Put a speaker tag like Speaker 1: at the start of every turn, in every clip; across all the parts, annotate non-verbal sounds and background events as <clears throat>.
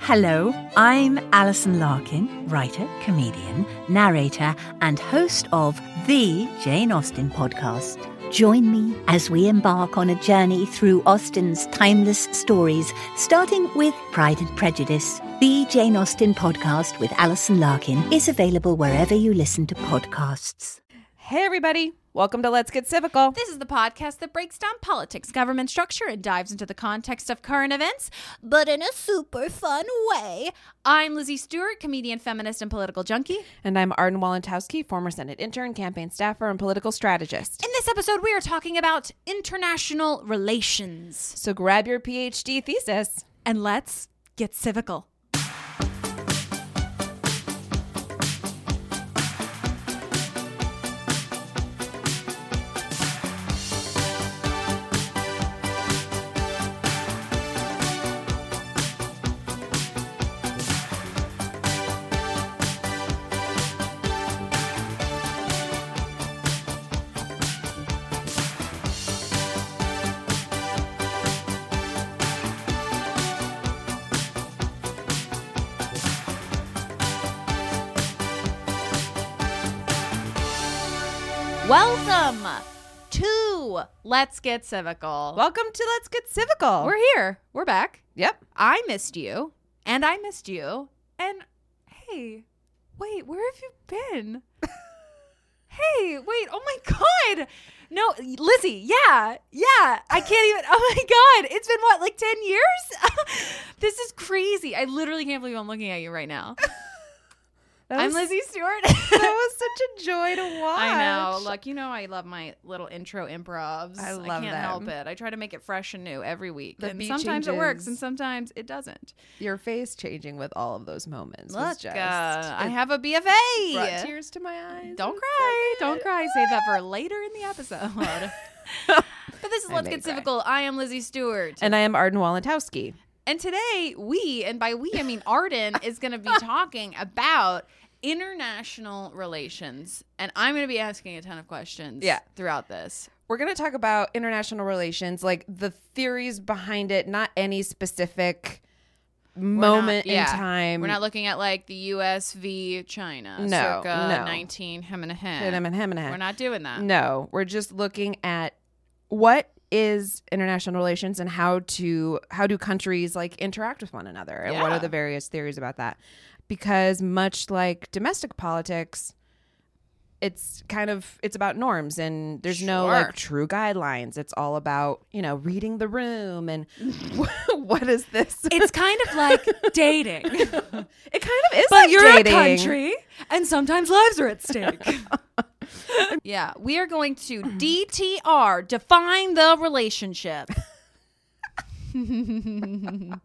Speaker 1: Hello, I'm Alison Larkin, writer, comedian, narrator, and host of the Jane Austen podcast. Join me as we embark on a journey through Austen's timeless stories, starting with Pride and Prejudice. The Jane Austen podcast with Alison Larkin is available wherever you listen to podcasts.
Speaker 2: Hey, everybody. Welcome to Let's Get Civical.
Speaker 3: This is the podcast that breaks down politics, government structure, and dives into the context of current events, but in a super fun way. I'm Lizzie Stewart, comedian, feminist, and political junkie.
Speaker 2: And I'm Arden Walentowski, former Senate intern, campaign staffer, and political strategist.
Speaker 3: In this episode, we are talking about international relations.
Speaker 2: So grab your PhD thesis.
Speaker 3: And let's get civical. Welcome to Let's Get Civical.
Speaker 2: Welcome to Let's Get Civical.
Speaker 3: We're here. We're back.
Speaker 2: yep.
Speaker 3: I missed you, and I missed you, and hey, wait, where have you
Speaker 2: <laughs>
Speaker 3: been? hey, wait, oh my god, no, Lizzie, yeah, yeah, I can't even. Oh my god, it's been what like ten years? <laughs> this is crazy. I literally can't believe I'm looking at you right now.
Speaker 2: That
Speaker 3: I'm
Speaker 2: was-
Speaker 3: Lizzie Stewart.
Speaker 2: <laughs>
Speaker 3: <laughs>
Speaker 2: That was such a joy to watch.
Speaker 3: I know. Look, you know, I love my little intro improvs.
Speaker 2: I love
Speaker 3: I can't
Speaker 2: them.
Speaker 3: help it. I try to make it fresh and new every week,
Speaker 2: The
Speaker 3: and
Speaker 2: beat
Speaker 3: sometimes it works,
Speaker 2: changes.
Speaker 3: and sometimes it doesn't.
Speaker 2: your face changing with all of those moments. was
Speaker 3: Look,
Speaker 2: just,
Speaker 3: uh, I
Speaker 2: it
Speaker 3: have a
Speaker 2: brought
Speaker 3: BFA.
Speaker 2: tears to my eyes.
Speaker 3: Don't
Speaker 2: It was so
Speaker 3: cry.
Speaker 2: good.
Speaker 3: Don't cry. Save that for later in the
Speaker 2: <laughs>
Speaker 3: episode. but this is
Speaker 2: I
Speaker 3: Let's
Speaker 2: may
Speaker 3: Get
Speaker 2: cry.
Speaker 3: Civical. I am Lizzie Stewart.
Speaker 2: And I am Arden Walentowski.
Speaker 3: And today, we, and by we, I mean
Speaker 2: <laughs>
Speaker 3: Arden, is going to be talking about international relations. And I'm going to be asking a ton of questions
Speaker 2: Yeah.
Speaker 3: throughout this.
Speaker 2: We're going to talk about international relations, like the theories behind it, not any specific
Speaker 3: We're not-
Speaker 2: moment
Speaker 3: yeah.
Speaker 2: in time.
Speaker 3: We're not looking at like the US v China,
Speaker 2: No,
Speaker 3: circa
Speaker 2: no.
Speaker 3: 19 hem and a
Speaker 2: Him
Speaker 3: hem.
Speaker 2: and him and him.
Speaker 3: We're not doing that.
Speaker 2: No, we're just looking at what is international relations and how to how do countries like interact with one another and what are
Speaker 3: Yeah.
Speaker 2: the various theories about that? Because much like domestic politics, it's kind of it's about norms and there's no
Speaker 3: Sure.
Speaker 2: like true guidelines. It's all about, you know, reading the room and <laughs> what is this?
Speaker 3: It's kind of
Speaker 2: <laughs>
Speaker 3: like dating.
Speaker 2: It kind of is
Speaker 3: but
Speaker 2: like
Speaker 3: you're
Speaker 2: dating.
Speaker 3: a country, and sometimes lives are at stake.
Speaker 2: <laughs>
Speaker 3: yeah, we are going to DTR define the
Speaker 2: <laughs>
Speaker 3: relationship. <laughs>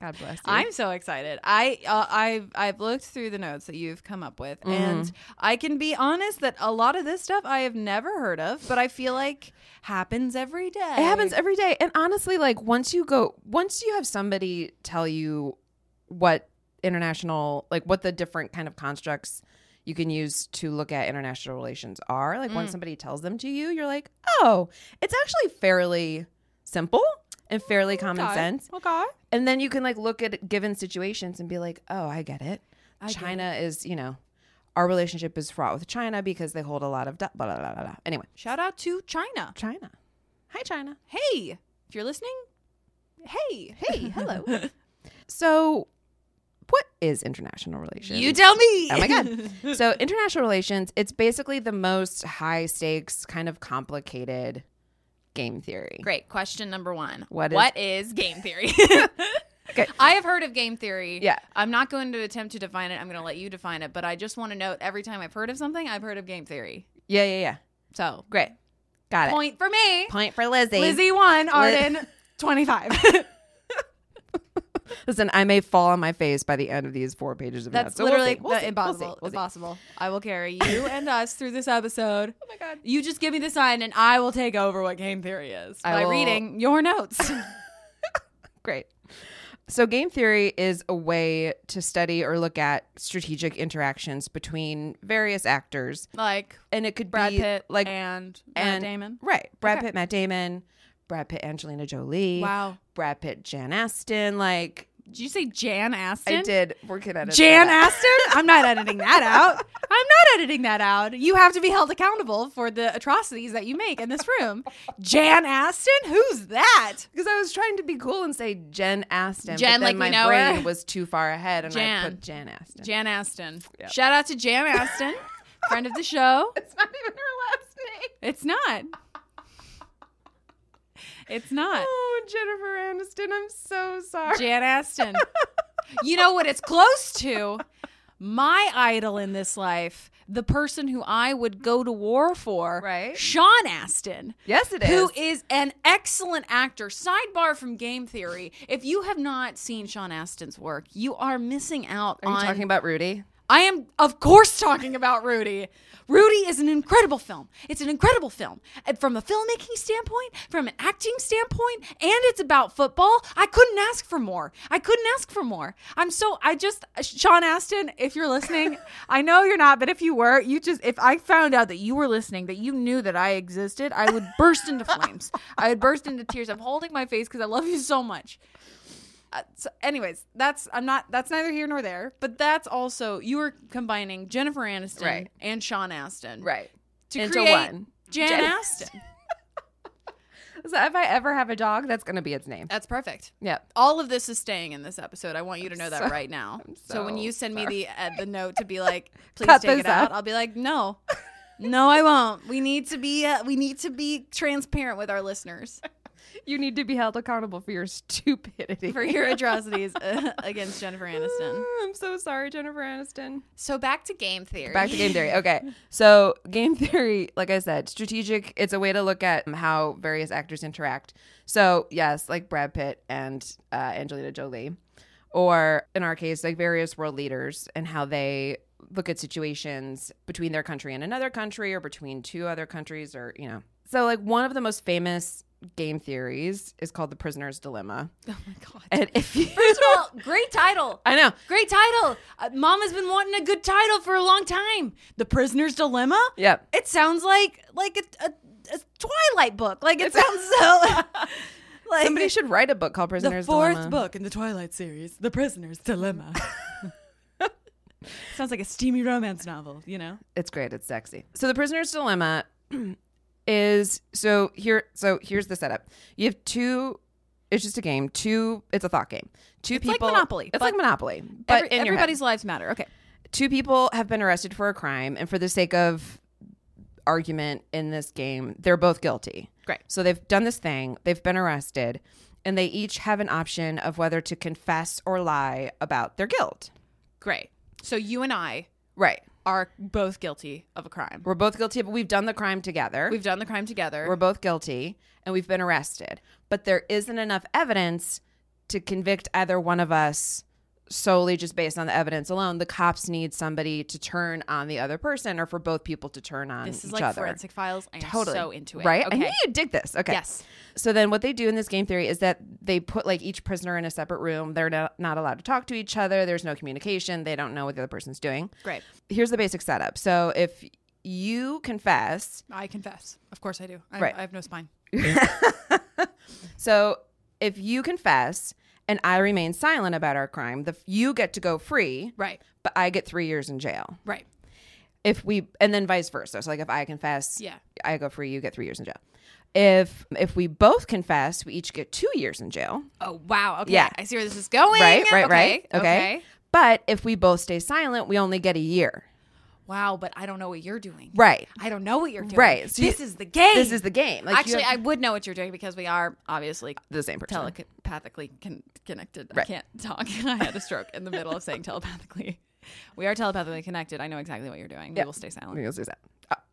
Speaker 2: God bless you.
Speaker 3: I'm so excited. I uh, I've I've looked through the notes that you've come up
Speaker 2: Mm-hmm.
Speaker 3: with, and I can be honest that a lot of this stuff I have never heard of, but I feel like happens every day.
Speaker 2: It happens every day. And honestly, like once you go, once you have somebody tell you what international, like what the different kind of constructs you can use to look at international relations are, like when somebody tells them to you, you're like, oh, it's actually fairly simple and fairly common
Speaker 3: Okay.
Speaker 2: sense.
Speaker 3: Okay.
Speaker 2: And then you can like look at given situations and be like, oh, I get it.
Speaker 3: get
Speaker 2: China is, you know, our relationship is fraught with China because they hold a lot of da- blah, blah, blah, blah, blah. Anyway,
Speaker 3: Shout out to China.
Speaker 2: China. Hi, China.
Speaker 3: Hey, if you're listening, hey, <laughs>
Speaker 2: <laughs>
Speaker 3: hey, hello.
Speaker 2: So, what is international relations?
Speaker 3: you tell me.
Speaker 2: Oh my
Speaker 3: <laughs>
Speaker 2: God. so, international relations, it's basically the most high stakes, kind of complicated game theory.
Speaker 3: Great. Question number one.
Speaker 2: What is-
Speaker 3: what is game
Speaker 2: <laughs>
Speaker 3: theory?
Speaker 2: Okay.
Speaker 3: I have heard of game theory.
Speaker 2: Yeah.
Speaker 3: I'm not going to attempt to define it. I'm going to let you define it. But I just want to note every time I've heard of something, I've heard of game theory.
Speaker 2: Yeah, yeah, yeah.
Speaker 3: So
Speaker 2: Great. Got it.
Speaker 3: point for me.
Speaker 2: Point for Lizzie.
Speaker 3: Lizzie
Speaker 2: <laughs>
Speaker 3: one, Arden twenty five.
Speaker 2: Listen, I may fall on my face by the end of these four pages of notes.
Speaker 3: That's
Speaker 2: So we'll
Speaker 3: literally
Speaker 2: see. We'll
Speaker 3: the
Speaker 2: see. We'll see.
Speaker 3: impossible.
Speaker 2: We'll see.
Speaker 3: impossible. I will carry
Speaker 2: <laughs>
Speaker 3: you and us through this episode. Oh
Speaker 2: my God.
Speaker 3: You just give me the sign, and I will take over what game theory is
Speaker 2: I
Speaker 3: by
Speaker 2: will-
Speaker 3: reading your
Speaker 2: <laughs>
Speaker 3: notes.
Speaker 2: Great. So, game theory is a way to study or look at strategic interactions between various actors.
Speaker 3: like
Speaker 2: And it could
Speaker 3: Brad
Speaker 2: be
Speaker 3: Pitt,
Speaker 2: like
Speaker 3: and, Matt
Speaker 2: and
Speaker 3: Damon.
Speaker 2: Right. Brad
Speaker 3: Okay.
Speaker 2: Pitt, Matt Damon, Brad Pitt, Angelina Jolie.
Speaker 3: Wow.
Speaker 2: Brad Pitt, Jan Aston, like
Speaker 3: Did you say Jan Aston?
Speaker 2: I did. We're gonna edit
Speaker 3: Jan
Speaker 2: that out.
Speaker 3: Aston? I'm not editing that out. I'm not editing that out. You have to be held accountable for the atrocities that you make in this room. Jan Aston? Who's that?
Speaker 2: Because I was trying to be cool and say Jen Aston.
Speaker 3: Jen,
Speaker 2: but then
Speaker 3: like we
Speaker 2: my
Speaker 3: know
Speaker 2: brain
Speaker 3: her.
Speaker 2: was too far ahead, and I
Speaker 3: Jan.
Speaker 2: put Jan Aston.
Speaker 3: Jan Aston.
Speaker 2: Yep.
Speaker 3: Shout out to Jan Aston, friend of the show.
Speaker 2: <laughs> It's not even her last name.
Speaker 3: It's not. It's not.
Speaker 2: Oh, Jennifer Aniston, I'm so sorry.
Speaker 3: Jan Aston. You know what it's close to? My idol in this life, the person who I would go to war for,
Speaker 2: Right.
Speaker 3: Sean Aston.
Speaker 2: yes, it is.
Speaker 3: Who is an excellent actor. Sidebar from game theory. If you have not seen Sean Aston's work, you are missing out
Speaker 2: Are you
Speaker 3: on
Speaker 2: talking about Rudy?
Speaker 3: I am, of course, talking about Rudy. Rudy is an incredible film. It's an incredible film. And from a filmmaking standpoint, from an acting standpoint, and it's about football. I couldn't ask for more. I couldn't ask for more. I'm so, I just, Sean Aston, if you're listening, I know you're not, but if you were, you just, if I found out that you were listening, that you knew that I existed, I would burst into flames. I would burst into tears. I'm holding my face because I love you so much uh, so anyways that's i'm not that's neither here nor there but that's also you were combining jennifer aniston
Speaker 2: Right.
Speaker 3: and sean aston
Speaker 2: Right.
Speaker 3: to
Speaker 2: Into
Speaker 3: create
Speaker 2: one.
Speaker 3: jan
Speaker 2: Jan
Speaker 3: aston
Speaker 2: So if I ever have a dog, that's going to be its name.
Speaker 3: that's perfect
Speaker 2: Yep.
Speaker 3: all of this is staying in this episode i want you to know that
Speaker 2: so-
Speaker 3: right now so,
Speaker 2: so
Speaker 3: when you send me the uh, the note to be <laughs> like please
Speaker 2: Cut
Speaker 3: take
Speaker 2: this
Speaker 3: it out
Speaker 2: out.
Speaker 3: i'll be like <laughs> no no i won't we need to be uh, we need to be transparent with our listeners <laughs>
Speaker 2: You need to be held accountable for your stupidity. <laughs>
Speaker 3: for your atrocities uh, <laughs> against jennifer aniston
Speaker 2: Ah, I'm so sorry, Jennifer Aniston.
Speaker 3: so back to game theory
Speaker 2: Back to game <laughs> theory. Okay. So, game theory, like I said, strategic, it's a way to look at um, how various actors interact. So, yes, like Brad Pitt and uh, Angelina Jolie, or in our case, like various world leaders and how they look at situations between their country and another country or between two other countries or, you know. So, like, one of the most famous game theories is called the prisoner's dilemma.
Speaker 3: <laughs> oh my god
Speaker 2: And if you.
Speaker 3: First of all, great title.
Speaker 2: I know.
Speaker 3: Great title. Uh, Mom has been wanting a good title for a long time. The Prisoner's Dilemma.
Speaker 2: Yep.
Speaker 3: It sounds like like a, a, a Twilight book. Like it sounds so.
Speaker 2: <laughs>
Speaker 3: like
Speaker 2: Somebody should write a book called
Speaker 3: the
Speaker 2: Prisoner's
Speaker 3: fourth
Speaker 2: Dilemma.
Speaker 3: book in the Twilight series, The Prisoner's Dilemma. sounds like a steamy romance novel. You know.
Speaker 2: It's great. It's sexy. So the prisoner's dilemma <clears throat> is so here. So here's the setup. You have two. It's just a game. Two. It's a thought game. Two
Speaker 3: It's like
Speaker 2: people.
Speaker 3: Monopoly,
Speaker 2: It's
Speaker 3: but
Speaker 2: like Monopoly. But
Speaker 3: Every-
Speaker 2: in your head.
Speaker 3: everybody's lives matter. Okay.
Speaker 2: two people have been arrested for a crime, and for the sake of argument in this game, they're both guilty.
Speaker 3: Great.
Speaker 2: So they've done this thing. They've been arrested, and they each have an option of whether to confess or lie about their guilt.
Speaker 3: Great. So you and I
Speaker 2: Right.
Speaker 3: are both guilty of a crime.
Speaker 2: We're both guilty, but we've done the crime together.
Speaker 3: We've done the crime together.
Speaker 2: We're both guilty and we've been arrested, but there isn't enough evidence to convict either one of us solely just based on the evidence alone. The cops need somebody to turn on the other person or for both people to turn on
Speaker 3: This is
Speaker 2: each
Speaker 3: like
Speaker 2: other.
Speaker 3: forensic files. I am
Speaker 2: Totally.
Speaker 3: so into it.
Speaker 2: Right? I
Speaker 3: Okay.
Speaker 2: knew you'd dig this. Okay.
Speaker 3: Yes.
Speaker 2: So then what they do in this game theory is that they put like each prisoner in a separate room. They're not, not allowed to talk to each other. There's no communication. They don't know what the other person's doing.
Speaker 3: Great.
Speaker 2: Here's the basic setup. So if you confess,
Speaker 3: I confess. Of course I do. I,
Speaker 2: Right.
Speaker 3: I have no spine.
Speaker 2: So if you confess and I remain silent about our crime, the you get to go free,
Speaker 3: Right.
Speaker 2: but I get three years in jail.
Speaker 3: Right.
Speaker 2: If we and then vice versa. So like if I confess,
Speaker 3: Yeah.
Speaker 2: I go free, you get three years in jail. If if we both confess, we each get two years in jail.
Speaker 3: Oh wow. Okay.
Speaker 2: Yeah.
Speaker 3: I see where this is going.
Speaker 2: Right, right,
Speaker 3: okay.
Speaker 2: right.
Speaker 3: Oh, Okay.
Speaker 2: But if we both stay silent, we only get a year.
Speaker 3: Wow, but I don't know what you're doing.
Speaker 2: Right.
Speaker 3: I don't know what you're doing.
Speaker 2: Right. So
Speaker 3: Oh this
Speaker 2: you-
Speaker 3: is the game.
Speaker 2: This is the game. Like
Speaker 3: Actually, I would know what you're doing because we are obviously
Speaker 2: the same person.
Speaker 3: telepathically con- connected. I
Speaker 2: Right.
Speaker 3: can't talk. <laughs> I had a stroke in the middle of saying telepathically. We are telepathically connected. I know exactly what you're doing.
Speaker 2: Yeah.
Speaker 3: We will stay
Speaker 2: we
Speaker 3: silent.
Speaker 2: will stay silent.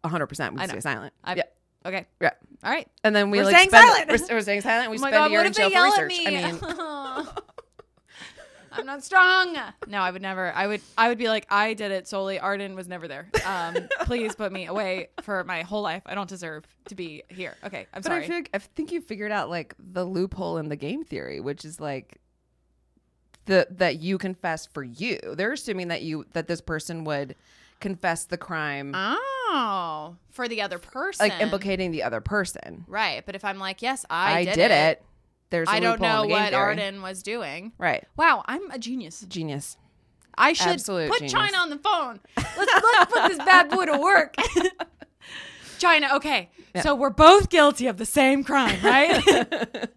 Speaker 2: A hundred percent. We
Speaker 3: I
Speaker 2: stay
Speaker 3: know.
Speaker 2: silent.
Speaker 3: I-
Speaker 2: yeah.
Speaker 3: Okay.
Speaker 2: Yeah.
Speaker 3: All right.
Speaker 2: And then we
Speaker 3: We're
Speaker 2: like
Speaker 3: staying
Speaker 2: spend-
Speaker 3: silent.
Speaker 2: We're, we're staying silent. We
Speaker 3: oh my
Speaker 2: spend
Speaker 3: god,
Speaker 2: a year
Speaker 3: what
Speaker 2: in
Speaker 3: if they
Speaker 2: jail
Speaker 3: yell
Speaker 2: for
Speaker 3: at
Speaker 2: research.
Speaker 3: me?
Speaker 2: I <laughs> mean,
Speaker 3: <laughs> I'm not strong. No, I would never. I would. I would be like, I did it solely. Arden was never there. Um,
Speaker 2: <laughs>
Speaker 3: please put me away for my whole life. I don't deserve to be here. Okay, I'm
Speaker 2: But
Speaker 3: sorry.
Speaker 2: I, feel like, I think you figured out like the loophole in the game theory, which is like the that you confess for you. They're assuming that you that this person would confess the crime,
Speaker 3: oh, for the other person,
Speaker 2: like implicating the other person.
Speaker 3: Right, but if I'm like, yes,
Speaker 2: I,
Speaker 3: I,
Speaker 2: did, it. there's I
Speaker 3: I don't know what
Speaker 2: Arden.
Speaker 3: Arden was doing.
Speaker 2: Right.
Speaker 3: Wow, I'm a genius.
Speaker 2: <laughs> Genius.
Speaker 3: I should
Speaker 2: Absolute
Speaker 3: put
Speaker 2: genius.
Speaker 3: China on
Speaker 2: <laughs>
Speaker 3: the phone. Let's, let's put this bad boy to work. China, okay. So we're both guilty of the same crime,
Speaker 2: <laughs>
Speaker 3: right? <laughs>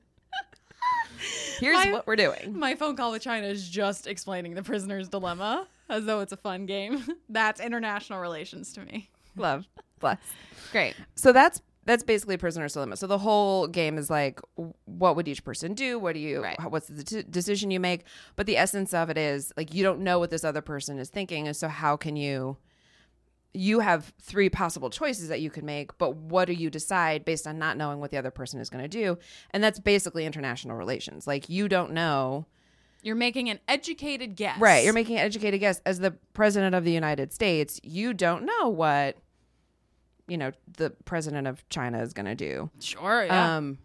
Speaker 2: Here's
Speaker 3: My-
Speaker 2: what we're doing.
Speaker 3: My phone call with China is just explaining the prisoner's dilemma as though it's a fun game. <laughs> That's international relations to me.
Speaker 2: Love. Bless.
Speaker 3: Great.
Speaker 2: So that's that's basically prisoner's dilemma. So the whole game is like, w- what would each person do? What do you?
Speaker 3: Right.
Speaker 2: how- What's the d- decision you make? But the essence of it is like you don't know what this other person is thinking, and so how can you? You have three possible choices that you can make, but what do you decide based on not knowing what the other person is going to do? And that's basically international relations. Like you don't know
Speaker 3: You're making an educated guess.
Speaker 2: Right. You're making an educated guess. As the president of the United States, you don't know what, you know, the president of China is going to do.
Speaker 3: sure. Yeah.
Speaker 2: Um,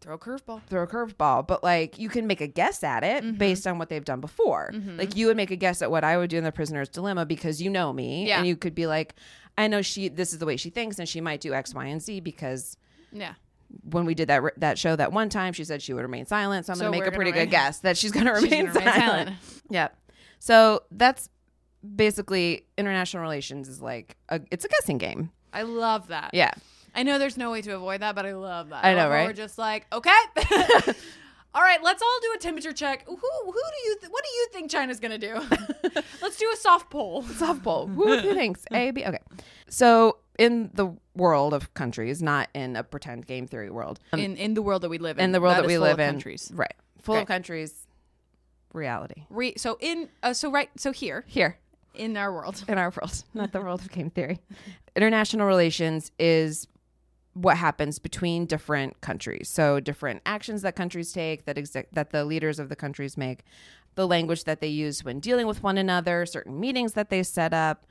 Speaker 3: Throw a curveball.
Speaker 2: throw a curveball, but like you can make a guess at it
Speaker 3: Mm-hmm.
Speaker 2: based on what they've done before. Like you would make a guess at what I would do in the prisoner's dilemma because you know me.
Speaker 3: Yeah.
Speaker 2: And you could be like, I know she, this is the way she thinks, and she might do X, Y, and Z because <laughs>
Speaker 3: Yeah.
Speaker 2: when we did that that show that one time, she said she would remain silent. So I'm
Speaker 3: So
Speaker 2: gonna make
Speaker 3: we're
Speaker 2: a
Speaker 3: gonna
Speaker 2: pretty
Speaker 3: remain-
Speaker 2: good guess that she's gonna
Speaker 3: <laughs> She's
Speaker 2: remain,
Speaker 3: gonna remain
Speaker 2: silent.
Speaker 3: silent.
Speaker 2: <laughs> Yep. So that's basically international relations is like a, it's a guessing game.
Speaker 3: I love that.
Speaker 2: Yeah.
Speaker 3: I know there's no way to avoid that, but I love that.
Speaker 2: I know,
Speaker 3: love how
Speaker 2: right?
Speaker 3: We're just like, okay. <laughs> All right, let's all do a temperature check. Who who do you th- what do you think China's
Speaker 2: <laughs>
Speaker 3: gonna do? let's do a soft poll.
Speaker 2: Softball. Who thinks A B? Okay. So in the world of countries, not in a pretend game theory world, um,
Speaker 3: in in the world that we live in.
Speaker 2: in the world that,
Speaker 3: is
Speaker 2: we
Speaker 3: full
Speaker 2: live
Speaker 3: of
Speaker 2: in,
Speaker 3: countries.
Speaker 2: right, full of
Speaker 3: Great.
Speaker 2: countries, reality
Speaker 3: Re- so in uh, so right so here
Speaker 2: here.
Speaker 3: in our world.
Speaker 2: in our world, <laughs> not the world of game theory. International relations is what happens between different countries. So different actions that countries take, that exi- that the leaders of the countries make, the language that they use when dealing with one another, certain meetings that they set up,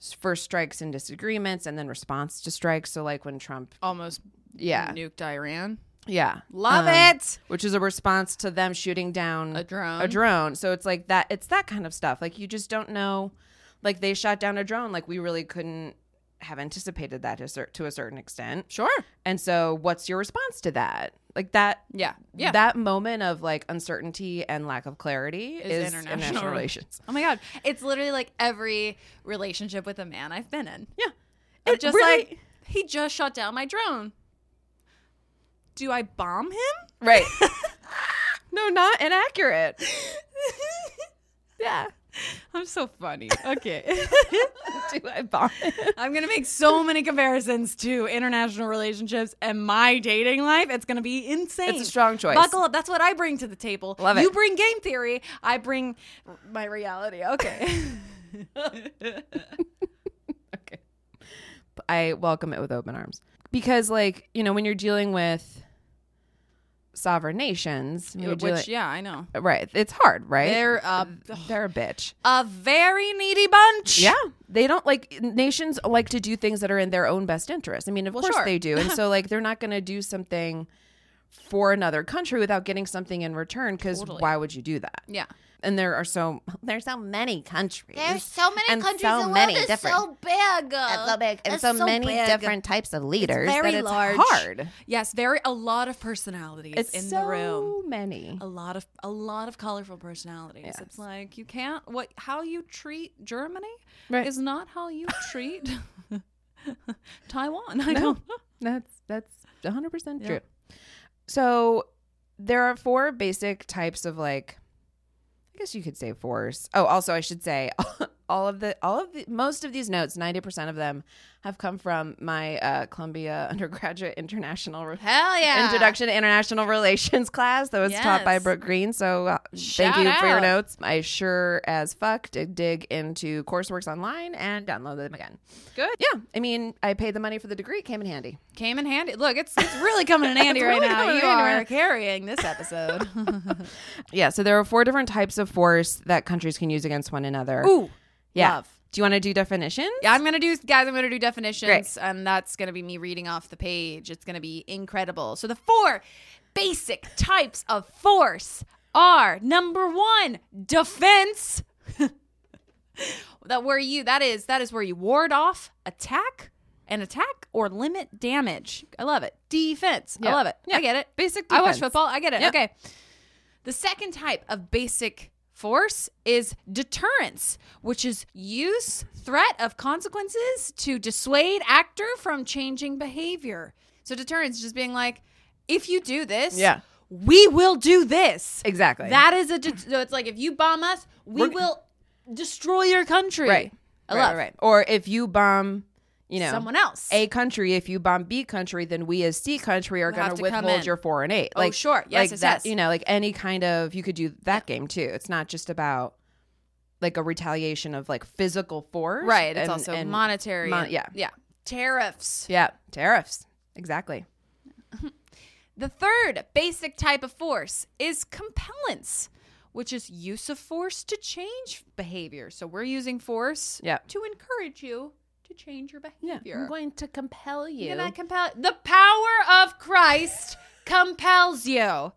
Speaker 2: s- first strikes and disagreements, and then response to strikes. So like when Trump,
Speaker 3: Almost
Speaker 2: yeah,
Speaker 3: nuked Iran.
Speaker 2: yeah,
Speaker 3: Love
Speaker 2: Um,
Speaker 3: it.
Speaker 2: which is a response to them shooting down
Speaker 3: A drone.
Speaker 2: a drone. So it's like that. It's that kind of stuff. Like you just don't know. Like they shot down a drone. Like we really couldn't have anticipated that to, a cer- to a certain extent.
Speaker 3: Sure.
Speaker 2: And so, what's your response to that? Like that.
Speaker 3: Yeah. Yeah.
Speaker 2: That moment of like uncertainty and lack of clarity
Speaker 3: Is
Speaker 2: is,
Speaker 3: international
Speaker 2: international,
Speaker 3: rela- <laughs>
Speaker 2: relations.
Speaker 3: Oh my god. It's literally like every relationship with a man I've been in.
Speaker 2: Yeah.
Speaker 3: I'm
Speaker 2: It
Speaker 3: just
Speaker 2: really-
Speaker 3: like he just shot down my drone. Do I bomb him?
Speaker 2: Right.
Speaker 3: <laughs>
Speaker 2: no, not inaccurate. Yeah.
Speaker 3: I'm so funny. Okay.
Speaker 2: <laughs> Do I bomb?
Speaker 3: <laughs> I'm going to make so many comparisons to international relationships and my dating life. It's going to be insane.
Speaker 2: It's a strong choice.
Speaker 3: Buckle up. That's what I bring to the table.
Speaker 2: Love it.
Speaker 3: You bring game theory. I bring my reality. Okay.
Speaker 2: <laughs> okay. I welcome it with open arms because, like, you know, when you're dealing with sovereign nations, when you're
Speaker 3: Which,
Speaker 2: dealing-
Speaker 3: yeah, I know.
Speaker 2: right, it's hard, right?
Speaker 3: They're a,
Speaker 2: they're a bitch.
Speaker 3: a very needy bunch.
Speaker 2: Yeah, they don't like nations like to do things that are in their own best interest. I mean, of course
Speaker 3: sure.
Speaker 2: they do, and so like they're not going to do something for another country without getting something in return. Because
Speaker 3: Totally.
Speaker 2: why would you do that?
Speaker 3: Yeah.
Speaker 2: And there are so <laughs> there's so many countries.
Speaker 4: There's so many
Speaker 2: and
Speaker 4: countries.
Speaker 2: so
Speaker 4: the world
Speaker 2: many
Speaker 4: is
Speaker 2: different.
Speaker 4: so big.
Speaker 2: It's so big and
Speaker 4: It's
Speaker 2: so, many
Speaker 4: big.
Speaker 2: different types of leaders.
Speaker 4: very
Speaker 2: that it's
Speaker 4: large.
Speaker 2: hard.
Speaker 3: Yes, very a lot of personalities
Speaker 2: It's
Speaker 3: in
Speaker 2: so
Speaker 3: the room.
Speaker 2: many.
Speaker 3: A lot of a lot of colorful personalities.
Speaker 2: Yes.
Speaker 3: It's like you can't what how you treat Germany
Speaker 2: Right.
Speaker 3: is not
Speaker 2: <laughs>
Speaker 3: how you treat Taiwan. I don't
Speaker 2: That's that's 100 percent
Speaker 3: Yeah.
Speaker 2: true. So there are four basic types of like, I guess you could say force. Oh, also I should say <laughs> all of the all of the most of these notes, 90 percent of them, have come from my uh, Columbia <laughs> undergraduate international. Re-
Speaker 3: Hell
Speaker 2: Introduction to International Relations class that was taught by
Speaker 3: Yes.
Speaker 2: Brooke Green. So uh,
Speaker 3: Shout
Speaker 2: thank you for your
Speaker 3: out.
Speaker 2: notes. I sure as fuck did dig into courseworks online and download them again.
Speaker 3: Good.
Speaker 2: Yeah, I mean, I paid the money for the degree. It came in handy.
Speaker 3: Came in handy. Look, it's it's really
Speaker 2: <laughs>
Speaker 3: coming in handy right
Speaker 2: really
Speaker 3: now.
Speaker 2: coming
Speaker 3: You
Speaker 2: in handy right
Speaker 3: are
Speaker 2: now.
Speaker 3: carrying this
Speaker 2: <laughs>
Speaker 3: episode.
Speaker 2: Yeah, so there are four different types of force that countries can use against one another.
Speaker 3: Ooh.
Speaker 2: yeah.
Speaker 3: love.
Speaker 2: Do you want to do definitions?
Speaker 3: Yeah, I'm gonna do guys. I'm gonna do definitions, and that's gonna be me reading off the page. It's gonna be incredible. So the four basic types of force are number one, defense. <laughs> that where you that is that is where you ward off attack and attack or limit damage. I love it. Defense. I
Speaker 2: Yeah.
Speaker 3: love it. I
Speaker 2: Yeah.
Speaker 3: get it.
Speaker 2: Basic
Speaker 3: I watch
Speaker 2: defense.
Speaker 3: football. I get it.
Speaker 2: Yeah.
Speaker 3: Okay. The second type of basic force is deterrence, which is use threat of consequences to dissuade actor from changing behavior. So deterrence is just being like, if you do this,
Speaker 2: Yeah.
Speaker 3: we will do this.
Speaker 2: Exactly.
Speaker 3: That is a det- so it's like if you bomb us, we
Speaker 2: We're-
Speaker 3: will destroy your country.
Speaker 2: Right.
Speaker 3: I
Speaker 2: Right,
Speaker 3: love
Speaker 2: right, right. Or if you bomb, you know,
Speaker 3: someone else.
Speaker 2: A country, if you bomb B country, then we as C country are
Speaker 3: We'll have
Speaker 2: going to
Speaker 3: to come in.
Speaker 2: withhold your foreign aid.
Speaker 3: Oh, sure. Yes,
Speaker 2: like
Speaker 3: yes,
Speaker 2: that,
Speaker 3: yes.
Speaker 2: You know, like any kind of, you could do that game too. It's not just about like a retaliation of like physical force.
Speaker 3: right. It's
Speaker 2: and-
Speaker 3: also
Speaker 2: and-
Speaker 3: monetary.
Speaker 2: mon-
Speaker 3: and-
Speaker 2: yeah.
Speaker 3: Yeah. Tariffs.
Speaker 2: Yeah. Tariffs. Exactly.
Speaker 3: The third basic type of force is compellence, which is use of force to change behavior. So we're using force
Speaker 2: Yeah.
Speaker 3: to encourage you to change your behavior.
Speaker 2: going to compel you.
Speaker 3: Can I compel? The power of Christ compels you.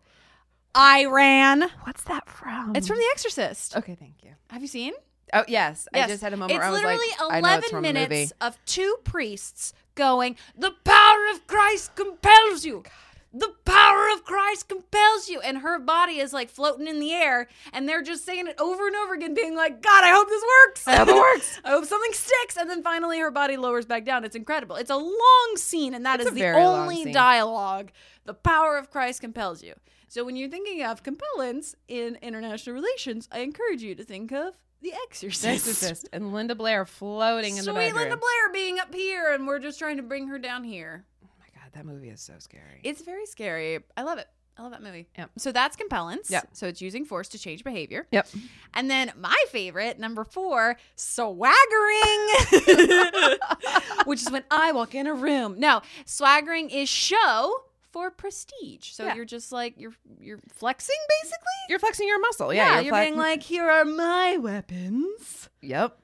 Speaker 3: Iran.
Speaker 1: What's that from?
Speaker 3: It's from The Exorcist.
Speaker 2: okay. Thank you.
Speaker 3: Have you seen?
Speaker 2: Oh, yes. I
Speaker 3: Yes.
Speaker 2: just had a moment
Speaker 3: It's
Speaker 2: where I was like,
Speaker 3: literally
Speaker 2: I know it's from a <laughs>
Speaker 3: minutes
Speaker 2: movie.
Speaker 3: of two priests going, The power of Christ compels you. The power of Christ compels you. And her body is like floating in the air. And they're just saying it over and over again, being like, God, I hope this works. I
Speaker 2: hope it works.
Speaker 3: <laughs> I hope something sticks. And then finally her body lowers back down. It's incredible. It's a long scene. And that
Speaker 2: It's
Speaker 3: is
Speaker 2: a
Speaker 3: the
Speaker 2: very long
Speaker 3: only
Speaker 2: scene.
Speaker 3: dialogue. The power of Christ compels you. So when you're thinking of compellence in international relations, I encourage you to think of The Exorcist. <laughs>
Speaker 2: Exorcist and Linda Blair floating in the
Speaker 3: Sweet
Speaker 2: bedroom.
Speaker 3: Linda Blair being up here, and we're just trying to bring her down here.
Speaker 2: Oh my god, that movie is so scary.
Speaker 3: It's very scary. I love it. I love that movie.
Speaker 2: Yep.
Speaker 3: So that's compellence.
Speaker 2: Yep.
Speaker 3: So it's using force to change behavior.
Speaker 2: yep.
Speaker 3: And then my favorite, number four,
Speaker 2: <laughs>
Speaker 3: swaggering, which is when I walk in a room. No, swaggering is show for prestige. So
Speaker 2: Yeah.
Speaker 3: you're just like you're you're flexing basically.
Speaker 2: You're flexing your muscle. Yeah,
Speaker 3: you're,
Speaker 2: flex-
Speaker 3: being like, here are my weapons.
Speaker 2: Yep.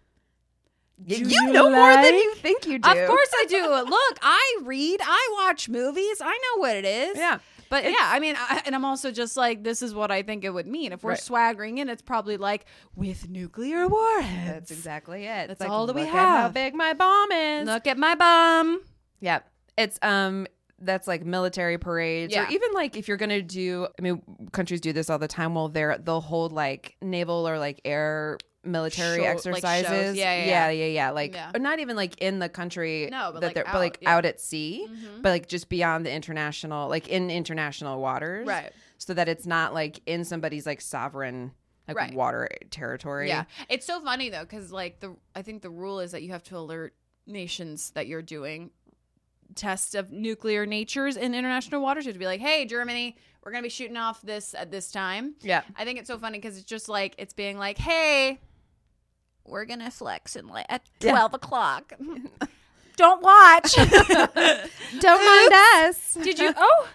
Speaker 2: Y-
Speaker 3: Do
Speaker 2: You,
Speaker 3: you
Speaker 2: know more than you
Speaker 3: like-
Speaker 2: think you do.
Speaker 3: Of course I <laughs> do. Look, I read, I watch movies, I know what it is.
Speaker 2: Yeah.
Speaker 3: But
Speaker 2: It's-
Speaker 3: yeah, I mean, I, and I'm also just like, this is what I think it would mean. If we're
Speaker 2: Right.
Speaker 3: swaggering in, it's probably like with nuclear warheads.
Speaker 2: That's exactly it.
Speaker 3: That's
Speaker 2: It's like,
Speaker 3: all that we
Speaker 2: look At how
Speaker 3: have.
Speaker 2: big my bomb is.
Speaker 3: Look at my bum.
Speaker 2: Yep. It's um that's like military parades
Speaker 3: Yeah.
Speaker 2: or even like if you're gonna do I mean countries do this all the time while they're they'll hold like naval or like air military
Speaker 3: Show- like shows.
Speaker 2: exercises.
Speaker 3: Yeah, yeah, yeah.
Speaker 2: yeah, yeah, yeah. Like
Speaker 3: Yeah.
Speaker 2: or not even like in the country
Speaker 3: No, but,
Speaker 2: that
Speaker 3: like,
Speaker 2: they're
Speaker 3: out,
Speaker 2: but like
Speaker 3: yeah. Mm-hmm.
Speaker 2: out at sea. But like just beyond the international like in international waters.
Speaker 3: Right.
Speaker 2: So that it's not like in somebody's like sovereign like
Speaker 3: Right.
Speaker 2: water territory.
Speaker 3: Yeah, it's so funny though, because like the I think the rule is that you have to alert nations that you're doing tests of nuclear natures in international waters. You have to be like, hey, Germany, we're gonna be shooting off this at this time.
Speaker 2: Yeah.
Speaker 3: I think it's so funny because it's just like it's being like, hey, we're gonna flex and like at
Speaker 2: Yeah.
Speaker 3: twelve o'clock. Don't watch.
Speaker 2: Don't mind us. <laughs>
Speaker 3: Did you? Oh,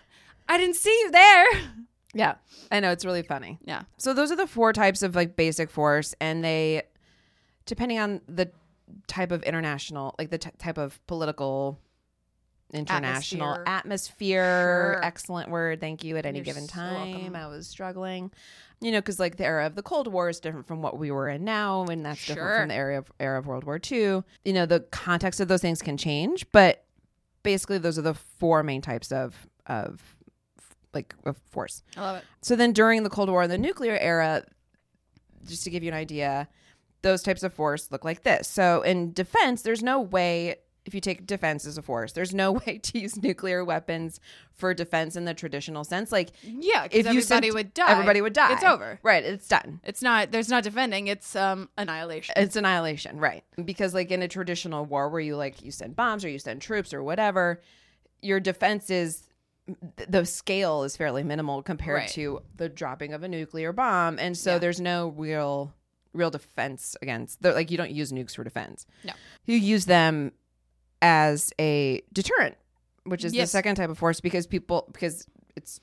Speaker 3: I didn't see you there.
Speaker 2: Yeah. I know it's really funny.
Speaker 3: Yeah.
Speaker 2: So those are the four types of like basic force, and they, depending on the type of international, like the t- type of political, international
Speaker 3: Atmosphere.
Speaker 2: atmosphere.
Speaker 3: Sure.
Speaker 2: Excellent word. Thank you. At any
Speaker 3: You're
Speaker 2: given
Speaker 3: so welcome.
Speaker 2: time, I was struggling. You know, because like the era of the Cold War is different from what we were in now, and that's different
Speaker 3: Sure.
Speaker 2: from the era of era of World War II. You know, the context of those things can change, but basically, those are the four main types of of like of force.
Speaker 3: I love it.
Speaker 2: So then during the Cold War and the nuclear era, just to give you an idea, those types of force look like this. So in defense, there's no way if you take defense as a force, there's no <laughs> way to use nuclear weapons for defense in the traditional sense. Like
Speaker 3: Yeah,
Speaker 2: if
Speaker 3: because
Speaker 2: you
Speaker 3: everybody
Speaker 2: sent-
Speaker 3: would die.
Speaker 2: Everybody would die.
Speaker 3: It's over.
Speaker 2: Right. It's done.
Speaker 3: It's not. There's not defending. It's um annihilation.
Speaker 2: It's annihilation, right? Because like in a traditional war where you like you send bombs or you send troops or whatever, your defense is th- the scale is fairly minimal compared
Speaker 3: Right.
Speaker 2: to the dropping of a nuclear bomb, and so
Speaker 3: Yeah.
Speaker 2: there's no real real defense against. they're- Like you don't use nukes for defense.
Speaker 3: No.
Speaker 2: you use them as a deterrent, which is
Speaker 3: Yes.
Speaker 2: the second type of force because people because it's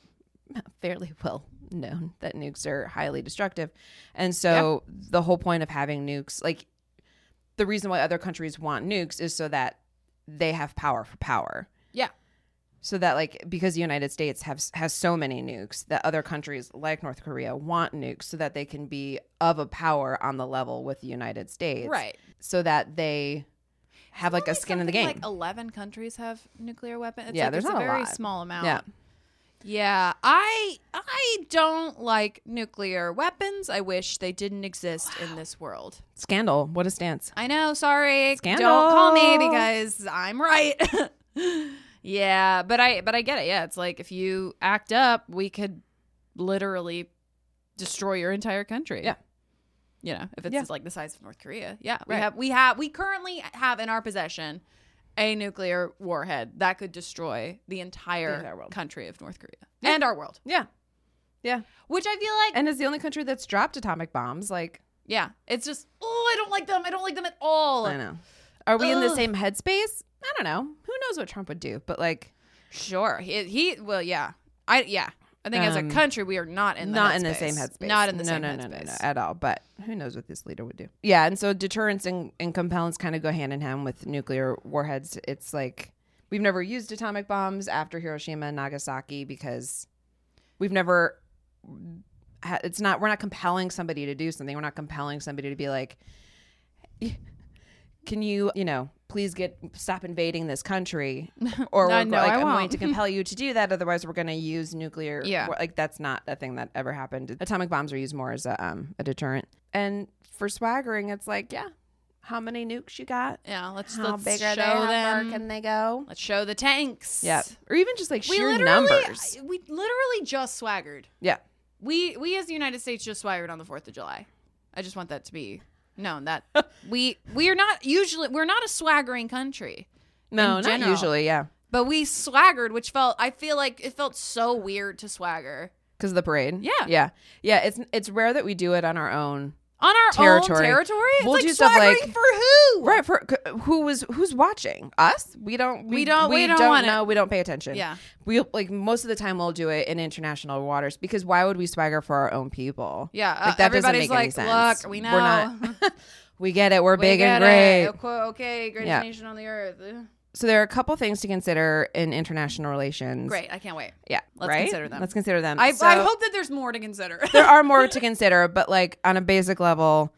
Speaker 2: fairly <laughs> well known that nukes are highly destructive. And so the whole point of having nukes, like the reason why other countries want nukes is so that they have power for power.
Speaker 3: Yeah.
Speaker 2: So that like because the United States has has so many nukes that other countries like North Korea want nukes so that they can be of a power on the level with the United States.
Speaker 3: Right.
Speaker 2: So that they have like a skin in the game.
Speaker 3: Like eleven countries have nuclear weapons. It's
Speaker 2: Yeah,
Speaker 3: like-
Speaker 2: there's
Speaker 3: it's
Speaker 2: not
Speaker 3: a
Speaker 2: a
Speaker 3: very
Speaker 2: lot.
Speaker 3: small amount.
Speaker 2: yeah.
Speaker 3: Yeah, I I don't like nuclear weapons. I wish they didn't exist in this world.
Speaker 2: Scandal. What a stance.
Speaker 3: I know, sorry. Don't
Speaker 2: Scandal.
Speaker 3: call me because I'm right. <laughs> yeah, but I but I get it. Yeah, it's like if you act up, we could literally destroy your entire country.
Speaker 2: Yeah.
Speaker 3: You know, if it's
Speaker 2: Yeah.
Speaker 3: like the size of North Korea. Yeah. We
Speaker 2: Right.
Speaker 3: have we have we currently have in our possession a nuclear warhead that could destroy the entire,
Speaker 2: entire world.
Speaker 3: country of North Korea
Speaker 2: Yeah.
Speaker 3: and our world.
Speaker 2: Yeah. Yeah.
Speaker 3: Which I feel like
Speaker 2: And is the only country that's dropped atomic bombs. Like,
Speaker 3: yeah, it's just oh, I don't like them. I don't like them at all.
Speaker 2: I know. Are we in the
Speaker 3: Ugh.
Speaker 2: same headspace? I don't know. Who knows what Trump would do? But like,
Speaker 3: Sure. He, he well, yeah. I yeah. I think as a
Speaker 2: Um,
Speaker 3: country, we are not in the
Speaker 2: not
Speaker 3: headspace.
Speaker 2: in the same headspace.
Speaker 3: Not in the
Speaker 2: no,
Speaker 3: same
Speaker 2: no,
Speaker 3: headspace.
Speaker 2: No, no, no, at all. But who knows what this leader would do? Yeah, and so deterrence and, and compellence kind of go hand in hand with nuclear warheads. It's like we've never used atomic bombs after Hiroshima and Nagasaki because we've never. ha- It's not. We're not compelling somebody to do something. We're not compelling somebody to be like, can you, you know, please get stop invading this <laughs> country, or
Speaker 3: No,
Speaker 2: we're
Speaker 3: no,
Speaker 2: like,
Speaker 3: I
Speaker 2: I'm going
Speaker 3: won't.
Speaker 2: to compel you to do that. Otherwise, we're going to use nuclear.
Speaker 3: Hmm. Yeah.
Speaker 2: wa- Like that's not a thing that ever happened. Atomic bombs are used more as a um a deterrent. And for swaggering, it's like, yeah, how many nukes you got?
Speaker 3: Yeah, let's
Speaker 2: How
Speaker 3: let's
Speaker 2: big
Speaker 3: show
Speaker 2: are they? How far
Speaker 3: them.
Speaker 2: can they go?
Speaker 3: let's show the tanks.
Speaker 2: Yeah, or even just like
Speaker 3: We
Speaker 2: sheer
Speaker 3: literally
Speaker 2: numbers.
Speaker 3: we literally just swaggered.
Speaker 2: Yeah,
Speaker 3: We we as the United States just swaggered on the 4th of July. I just want that to be
Speaker 2: <laughs>
Speaker 3: known that we we are not usually we're not a swaggering country.
Speaker 2: no,
Speaker 3: In
Speaker 2: not
Speaker 3: general.
Speaker 2: usually. Yeah,
Speaker 3: But we swaggered, which felt I feel like it felt so weird to swagger
Speaker 2: because of the parade.
Speaker 3: Yeah.
Speaker 2: yeah, yeah. It's it's rare that we do it on our own.
Speaker 3: on our own
Speaker 2: Territory.
Speaker 3: territory. It's
Speaker 2: We'll
Speaker 3: like
Speaker 2: do stuff
Speaker 3: swaggering
Speaker 2: like-
Speaker 3: for who?
Speaker 2: Right for c- who was who's watching us? We don't. We,
Speaker 3: don't- we don't want it.
Speaker 2: know. We don't pay attention.
Speaker 3: Yeah.
Speaker 2: we like most of the time we'll do it in international waters because why would we swagger for our own people?
Speaker 3: Yeah, uh,
Speaker 2: like that doesn't
Speaker 3: everybody's
Speaker 2: make any
Speaker 3: like,
Speaker 2: sense.
Speaker 3: "Look, we
Speaker 2: We're <laughs> not. we get it. We're
Speaker 3: <laughs> We
Speaker 2: big
Speaker 3: get
Speaker 2: and
Speaker 3: it.
Speaker 2: great.
Speaker 3: Okay, okay, greatest
Speaker 2: Yeah.
Speaker 3: nation on the earth. Ugh.
Speaker 2: So there are a couple things to consider in international relations.
Speaker 3: Great, I can't wait.
Speaker 2: Yeah.
Speaker 3: Let's
Speaker 2: right?
Speaker 3: consider them.
Speaker 2: Let's consider them.
Speaker 3: I, I
Speaker 2: So-
Speaker 3: hope that there's more to consider.
Speaker 2: <laughs> there are more
Speaker 3: <laughs>
Speaker 2: to consider, but like on a basic level,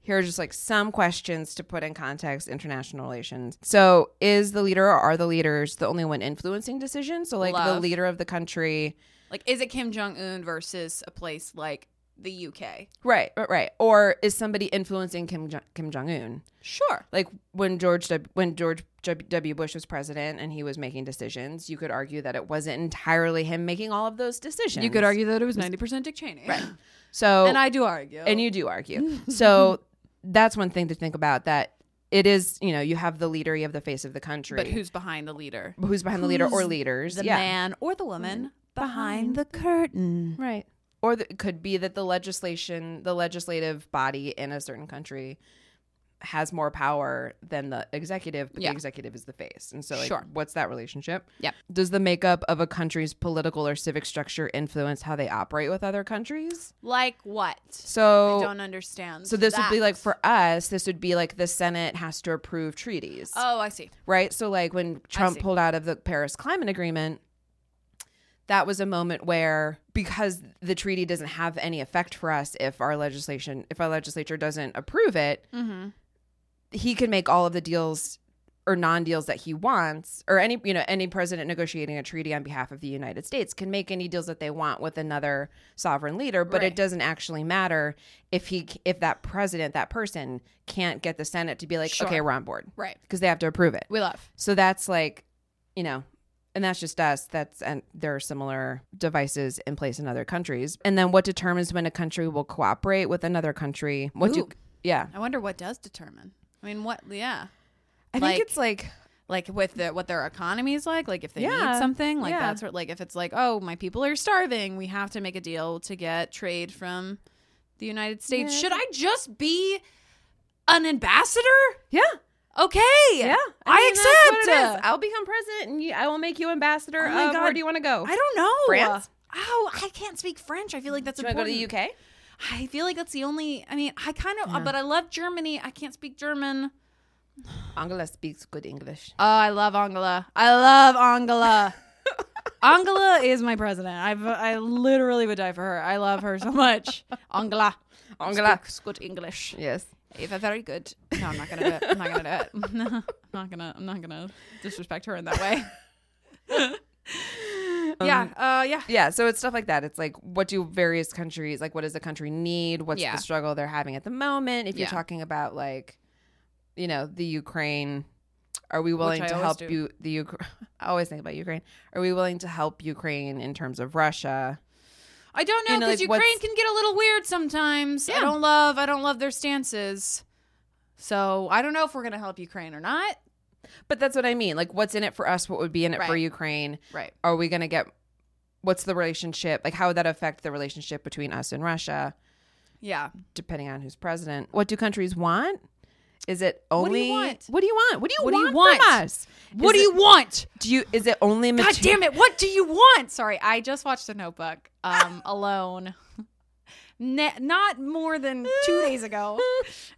Speaker 2: here are just like some questions to put in context international relations. So, is the leader or are the leaders the only one influencing decisions? So, like the
Speaker 3: Love.
Speaker 2: leader of the country,
Speaker 3: like, is it Kim Jong Un versus a place like the UK?
Speaker 2: right, right, right, or is somebody influencing Kim Jong- Kim Jong Un?
Speaker 3: Sure.
Speaker 2: Like when George w- when George W. W. Bush was president and he was making decisions, you could argue that it wasn't entirely him making all of those decisions.
Speaker 3: You could argue that it was 90% Dick Cheney. Right.
Speaker 2: So,
Speaker 3: <laughs> and I do argue.
Speaker 2: and you do
Speaker 3: <laughs>
Speaker 2: argue. so that's one thing to think about that it is, you know, you have the leader, you have the face of the country.
Speaker 3: but who's behind the leader?
Speaker 2: who's behind the leader or leaders?
Speaker 3: The
Speaker 2: yeah.
Speaker 3: man or the woman Mm. behind
Speaker 1: the curtain.
Speaker 2: Right. Or the, it could be that the legislation, the legislative body in a certain country has more power than the executive, but
Speaker 3: Yeah.
Speaker 2: the executive is the face. And so, like,
Speaker 3: Sure.
Speaker 2: what's that relationship?
Speaker 3: Yeah.
Speaker 2: Does the makeup of a country's political or civic structure influence how they operate with other countries?
Speaker 3: Like what?
Speaker 2: So,
Speaker 3: I don't understand.
Speaker 2: So this would be
Speaker 3: that.
Speaker 2: like for us, this would be like the Senate has to approve treaties,
Speaker 3: Oh, I see.
Speaker 2: right? So like when Trump
Speaker 3: see.
Speaker 2: pulled out of the Paris Climate Agreement, that was a moment where because the treaty doesn't have any effect for us if our legislation, if our legislature doesn't approve it,
Speaker 3: Mm-hmm.
Speaker 2: he can make all of the deals or non-deals that he wants or any you know any president negotiating a treaty on behalf of the United States can make any deals that they want with another sovereign leader but
Speaker 3: Right.
Speaker 2: it doesn't actually matter if he if that president that person can't get the senate to be like
Speaker 3: Sure.
Speaker 2: okay we're on board
Speaker 3: Right.
Speaker 2: because they have to approve it
Speaker 3: We love.
Speaker 2: so that's like you know and that's just us that's and there are similar devices in place in other countries and then what determines when a country will cooperate with another country what do
Speaker 3: Ooh.
Speaker 2: yeah
Speaker 3: I wonder what does determine. I mean, what? Yeah.
Speaker 2: i
Speaker 3: Like-
Speaker 2: think it's like
Speaker 3: like with the, what their economy is like like if they need
Speaker 2: Yeah.
Speaker 3: something like
Speaker 2: Yeah.
Speaker 3: that's what like if it's like oh my people are starving we have to make a deal to get trade from the united states
Speaker 2: Yeah.
Speaker 3: should i just be an ambassador
Speaker 2: yeah
Speaker 3: okay
Speaker 2: Yeah,
Speaker 3: I
Speaker 2: mean, that's what it
Speaker 3: accept.
Speaker 2: is. I'll become president, and you, I will make you ambassador.
Speaker 3: Oh my
Speaker 2: of
Speaker 3: God.
Speaker 2: Where do you want to go?
Speaker 3: i don't know
Speaker 2: France?
Speaker 3: oh i can't speak french i feel like that's
Speaker 2: do you want to go
Speaker 3: important
Speaker 2: to the UK?
Speaker 3: i feel like that's the only i mean i kind of but i love germany i can't speak german
Speaker 2: Angela speaks good English.
Speaker 3: Oh, I love Angela. I
Speaker 2: <laughs>
Speaker 3: love Angela. Angela is my president. I I literally would die for her. I love her so much. Angela.
Speaker 2: Angela.
Speaker 3: Speaks good English.
Speaker 2: Yes.
Speaker 3: If a very good. No, I'm not gonna do it. I'm not gonna do it. <laughs> No, I'm not gonna. I'm not gonna disrespect her in
Speaker 2: <laughs>
Speaker 3: that way. yeah.
Speaker 2: Um,
Speaker 3: Uh. Yeah.
Speaker 2: Yeah, so it's stuff like that. It's like what do various countries like what does the country need? What's
Speaker 3: Yeah.
Speaker 2: the struggle they're having at the moment? If you're
Speaker 3: Yeah.
Speaker 2: talking about like you know, the Ukraine, are we willing
Speaker 3: I
Speaker 2: to
Speaker 3: always
Speaker 2: help
Speaker 3: do.
Speaker 2: you the Ukraine <laughs> I always think about Ukraine. Are we willing to help Ukraine in terms of Russia?
Speaker 3: I don't know
Speaker 2: You know,
Speaker 3: because
Speaker 2: like,
Speaker 3: Ukraine
Speaker 2: what's-
Speaker 3: can get a little weird sometimes. I
Speaker 2: Yeah.
Speaker 3: don't love. I don't love their stances. So I don't know if we're gonna help Ukraine or not.
Speaker 2: But that's what I mean. Like what's in it for us? What would be in it for
Speaker 3: Right.
Speaker 2: Ukraine?
Speaker 3: Right.
Speaker 2: Are we going to get what's the relationship? Like how would that affect the relationship between us and Russia
Speaker 3: Yeah.
Speaker 2: depending on who's president? What do countries want? Is it
Speaker 3: What do you
Speaker 2: only
Speaker 3: want?
Speaker 2: What do you want? What do you
Speaker 3: What do you
Speaker 2: want, from
Speaker 3: want?
Speaker 2: us?
Speaker 3: What
Speaker 2: Is
Speaker 3: do
Speaker 2: it-
Speaker 3: you want?
Speaker 2: Do you? Is it only?
Speaker 3: God
Speaker 2: Mater-
Speaker 3: damn it! What do you want? Sorry, I just watched The Notebook
Speaker 2: <laughs>
Speaker 3: um, alone, ne- not more than two
Speaker 2: <laughs>
Speaker 3: days ago.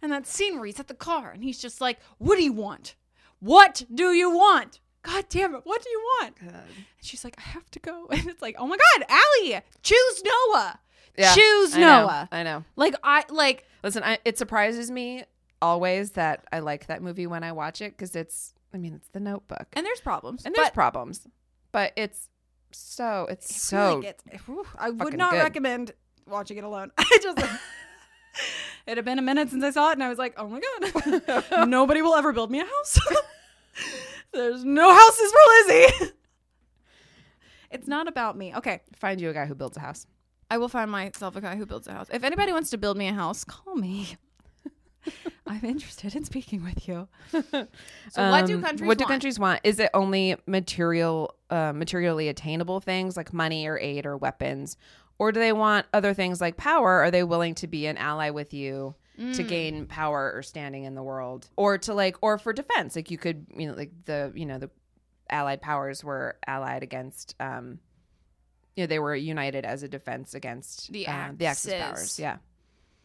Speaker 3: And that scene where he's at the car and he's just like, "What do you want? What do you want? God damn it! What do you want?" And she's like, "I have to go." <laughs> And it's like, "Oh my God, Allie, choose Noah.
Speaker 2: Yeah,
Speaker 3: choose
Speaker 2: I know,
Speaker 3: Noah."
Speaker 2: I know.
Speaker 3: Like I like
Speaker 2: Listen, I, it surprises me always that I like that movie when I watch it because it's. I mean, it's The Notebook, and,
Speaker 3: and there's problems.
Speaker 2: there's
Speaker 3: but
Speaker 2: problems, but it's so it's
Speaker 3: it's
Speaker 2: so
Speaker 3: really good. Whew, I would
Speaker 2: fucking
Speaker 3: not
Speaker 2: good.
Speaker 3: recommend watching it alone. <laughs> I just it had been a minute since I saw it, and I was like, oh my <laughs> god, nobody will ever build me a house. <laughs> There's no houses for Lizzie. <laughs> it's not about me. Okay,
Speaker 2: find you a guy who builds a house.
Speaker 3: I will find myself a guy who builds a house. If anybody wants to build me a house, call me. <laughs> I'm interested in speaking with you. <laughs> So, what do
Speaker 2: Um,
Speaker 3: countries
Speaker 2: What do
Speaker 3: want?
Speaker 2: countries want? Is it only material, uh, materially attainable things like money or aid or weapons, or do they want other things like power? Are they willing to be an ally with you to
Speaker 3: Hmm.
Speaker 2: gain power or standing in the world, or to like, or for defense? Like you could, you know, like the you know the Allied powers were allied against. um you know, they were united as a defense against
Speaker 3: The
Speaker 2: uh, the Axis
Speaker 3: Axis.
Speaker 2: powers. Yeah.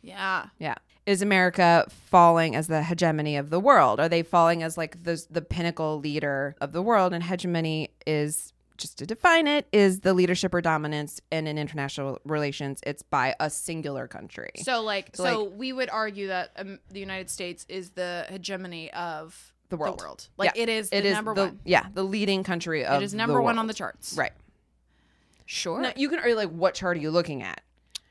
Speaker 3: Yeah.
Speaker 2: Yeah. Is America falling as the hegemony of the world? Are they falling as like the the pinnacle leader of the world? And hegemony is just to define it is the leadership or dominance and in international relations it's by a singular country.
Speaker 3: So like so,
Speaker 2: So, like-
Speaker 3: we would argue that um, the United States is the hegemony of
Speaker 2: The world.
Speaker 3: Like
Speaker 2: Yeah.
Speaker 3: it is
Speaker 2: It
Speaker 3: the
Speaker 2: is
Speaker 3: number
Speaker 2: the-
Speaker 3: one.
Speaker 2: Yeah, the leading country of
Speaker 3: It is number one on the
Speaker 2: world.
Speaker 3: charts.
Speaker 2: Right.
Speaker 3: Sure.
Speaker 2: Now, you can argue like what chart are you looking at?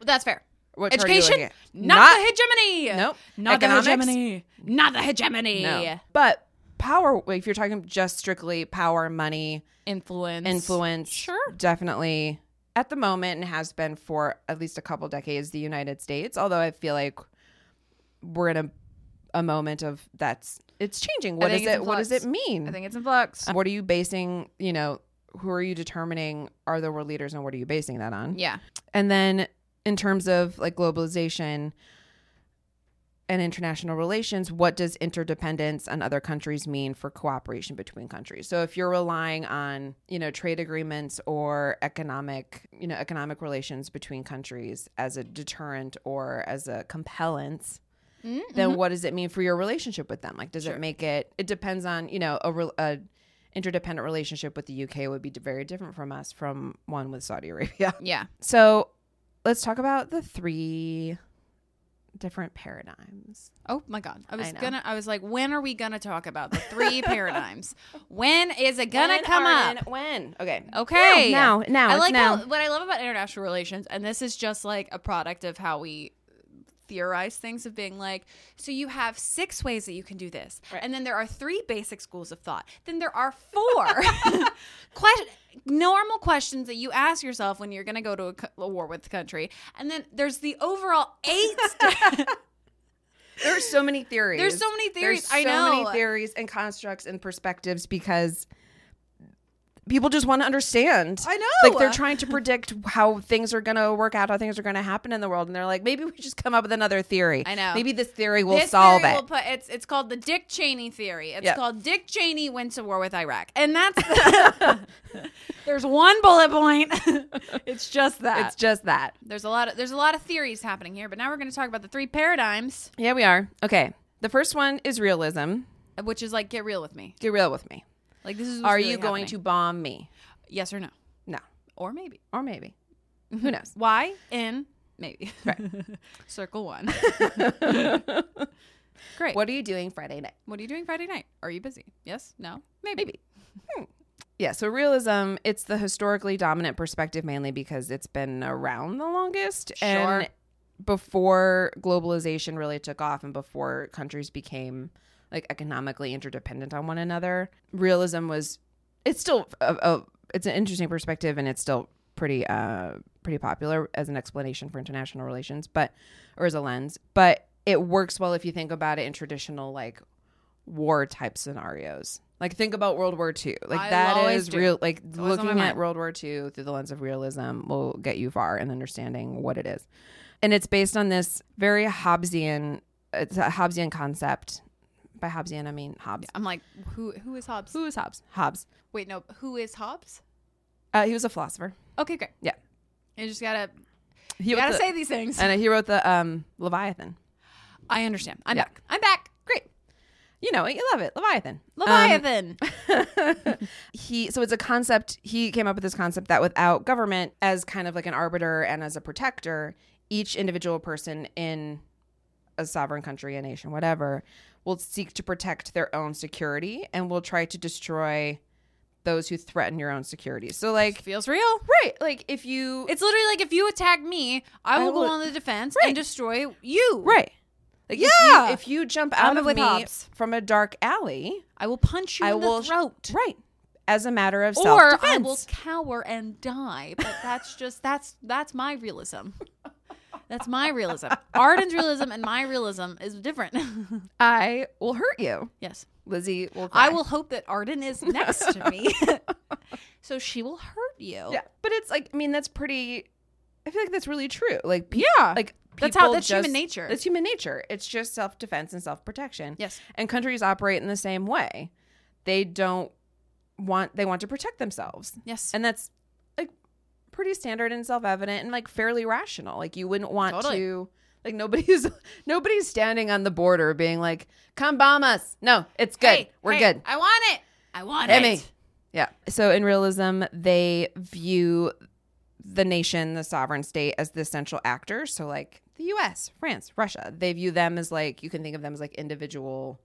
Speaker 3: That's fair.
Speaker 2: What chart are you looking
Speaker 3: Education,
Speaker 2: at?
Speaker 3: not, the hegemony.
Speaker 2: Nope.
Speaker 3: Not
Speaker 2: Economics?
Speaker 3: the hegemony. Not the E. hegemony.
Speaker 2: No. But power like, if you're talking just strictly power, money,
Speaker 3: Influence.
Speaker 2: influence
Speaker 3: Sure.
Speaker 2: definitely at the moment and has been for at least a couple decades the united states although i feel like we're in a, a moment of that's it's changing what
Speaker 3: think
Speaker 2: is
Speaker 3: it's in
Speaker 2: it what does
Speaker 3: flux.
Speaker 2: it mean
Speaker 3: I think it's in flux.
Speaker 2: what are you basing you know who are you determining are the world leaders and what are you basing that on
Speaker 3: yeah.
Speaker 2: and then in terms of like globalization and international relations, what does interdependence on other countries mean for cooperation between countries? So if you're relying on, you know, trade agreements or economic, you know, economic relations between countries as a deterrent or as a compellence,
Speaker 3: Mm-hmm.
Speaker 2: then what does it mean for your relationship with them? Like, does it make it? It depends on you know a, rel- a interdependent relationship with the UK would be d- very different from us from one with Saudi Arabia.
Speaker 3: Yeah.
Speaker 2: So let's talk about the three different paradigms.
Speaker 3: Oh my god. I was
Speaker 2: know.
Speaker 3: gonna I was like, when are we gonna talk about
Speaker 2: <laughs>
Speaker 3: the three paradigms? When is it gonna come up?
Speaker 2: When? Okay.
Speaker 3: Okay.
Speaker 2: Now. Now. now
Speaker 3: I
Speaker 2: It's
Speaker 3: like
Speaker 2: now.
Speaker 3: How, what I love about international relations, and this is just like a product of how we theorize things of being like, so you have six ways that you can do this, and then there are three basic schools of thought. Then there are
Speaker 2: <laughs>
Speaker 3: four <laughs> question, normal questions that you ask yourself when you're going to go to a, co- a war with the country, and then there's the overall eight.
Speaker 2: <laughs>
Speaker 3: st-
Speaker 2: There are so many theories.
Speaker 3: There's so many theories,
Speaker 2: There's so
Speaker 3: I know.
Speaker 2: many theories and constructs and perspectives because people just want to understand.
Speaker 3: I know.
Speaker 2: Like they're trying to predict how things are going to work out, how things are going to happen in the world, and they're like, maybe we just come up with another theory.
Speaker 3: I know.
Speaker 2: Maybe this theory will
Speaker 3: this
Speaker 2: solve
Speaker 3: theory
Speaker 2: it.
Speaker 3: will put- it's it's called the Dick Cheney theory. It's
Speaker 2: Yep.
Speaker 3: called Dick Cheney went to war with Iraq, and that's <laughs> there's one bullet point. <laughs> it's just that.
Speaker 2: it's just that.
Speaker 3: there's a lot of there's a lot of theories happening here, but now we're going to talk about the three paradigms,
Speaker 2: Yeah, we are. Okay. The first one is realism.
Speaker 3: which is like get real with me.
Speaker 2: Get real with me.
Speaker 3: Like this is what's
Speaker 2: Are
Speaker 3: really
Speaker 2: you going to
Speaker 3: happening.
Speaker 2: bomb me?
Speaker 3: yes or no
Speaker 2: No. <laughs>
Speaker 3: or maybe
Speaker 2: Or maybe. Who knows?
Speaker 3: <laughs>
Speaker 2: <laughs>
Speaker 3: why in maybe right circle one. <laughs> Great.
Speaker 2: What are you doing Friday night?
Speaker 3: What are you doing Friday night? Are you busy? Yes? No? Maybe.
Speaker 2: Maybe. Yeah, so realism, it's the historically dominant perspective mainly because it's been around the longest.
Speaker 3: Sure.
Speaker 2: And before globalization really took off and before countries became like economically interdependent on one another, realism was it's still a, a it's an interesting perspective and it's still pretty uh pretty popular as an explanation for international relations, but or as a lens, but it works well if you think about it in traditional like war type scenarios. Like think about World War II. Like
Speaker 3: I
Speaker 2: that
Speaker 3: always
Speaker 2: is
Speaker 3: do.
Speaker 2: real. Like
Speaker 3: It's always on my
Speaker 2: looking at
Speaker 3: mind.
Speaker 2: World War II through the lens of realism will get you far in understanding what it is, and it's based on this very Hobbesian. It's a Hobbesian concept. By Hobbesian, I mean Hobbes.
Speaker 3: I'm like, who who is Hobbes?
Speaker 2: Who is Hobbes? Hobbes.
Speaker 3: Wait, no, who is Hobbes?
Speaker 2: Uh, he was a philosopher.
Speaker 3: Okay, great.
Speaker 2: Yeah.
Speaker 3: You just gotta
Speaker 2: He
Speaker 3: you
Speaker 2: was
Speaker 3: gotta
Speaker 2: the-
Speaker 3: say these things.
Speaker 2: and he wrote the um, Leviathan.
Speaker 3: I understand. I'm
Speaker 2: Yeah.
Speaker 3: back. I'm back. Great.
Speaker 2: You know, it, you love it, Leviathan. Um, <laughs>
Speaker 3: Leviathan.
Speaker 2: he so it's a concept he came up with this concept that without government as kind of like an arbiter and as a protector each individual person in a sovereign country a nation whatever will seek to protect their own security and will try to destroy those who threaten your own security so like
Speaker 3: feels real.
Speaker 2: right like if you
Speaker 3: It's literally like if you attack me, I will,
Speaker 2: will-
Speaker 3: go on the defense
Speaker 2: Right.
Speaker 3: and destroy you.
Speaker 2: right like if you-
Speaker 3: Yeah.
Speaker 2: if you, jump
Speaker 3: I'm
Speaker 2: out of
Speaker 3: with
Speaker 2: me
Speaker 3: Hobbes.
Speaker 2: from a dark alley
Speaker 3: I will punch you
Speaker 2: i
Speaker 3: in
Speaker 2: will
Speaker 3: the throat.
Speaker 2: right as a matter of self
Speaker 3: Or I will cower and die. But that's just that's that's my realism. That's
Speaker 2: <laughs>
Speaker 3: my realism. Arden's realism and my realism is different. <laughs>
Speaker 2: I will hurt you
Speaker 3: yes.
Speaker 2: lizzie will
Speaker 3: I
Speaker 2: cry.
Speaker 3: will hope that Arden is next to
Speaker 2: <laughs>
Speaker 3: me. so she will hurt you.
Speaker 2: Yeah, but it's like I mean that's pretty. I feel like that's really true. Like pe-
Speaker 3: Yeah.
Speaker 2: like
Speaker 3: That's how-
Speaker 2: people
Speaker 3: that's human nature.
Speaker 2: That's human nature. It's just self defense and self protection.
Speaker 3: Yes.
Speaker 2: and countries operate in the same way. They don't want they want to protect themselves,
Speaker 3: Yes.
Speaker 2: and that's like pretty standard and self evident and like fairly rational. Like you wouldn't want
Speaker 3: Totally.
Speaker 2: to. Like nobody's <laughs> nobody's standing on the border being like, "Come bomb us." No, it's good.
Speaker 3: Hey,
Speaker 2: We're
Speaker 3: hey,
Speaker 2: good.
Speaker 3: I want it. I want
Speaker 2: Hit
Speaker 3: it.
Speaker 2: me. Yeah. So in realism, they view the nation, the sovereign state, as the central actor. So like the U.S., France, Russia, they view them as like you can think of them as like individual,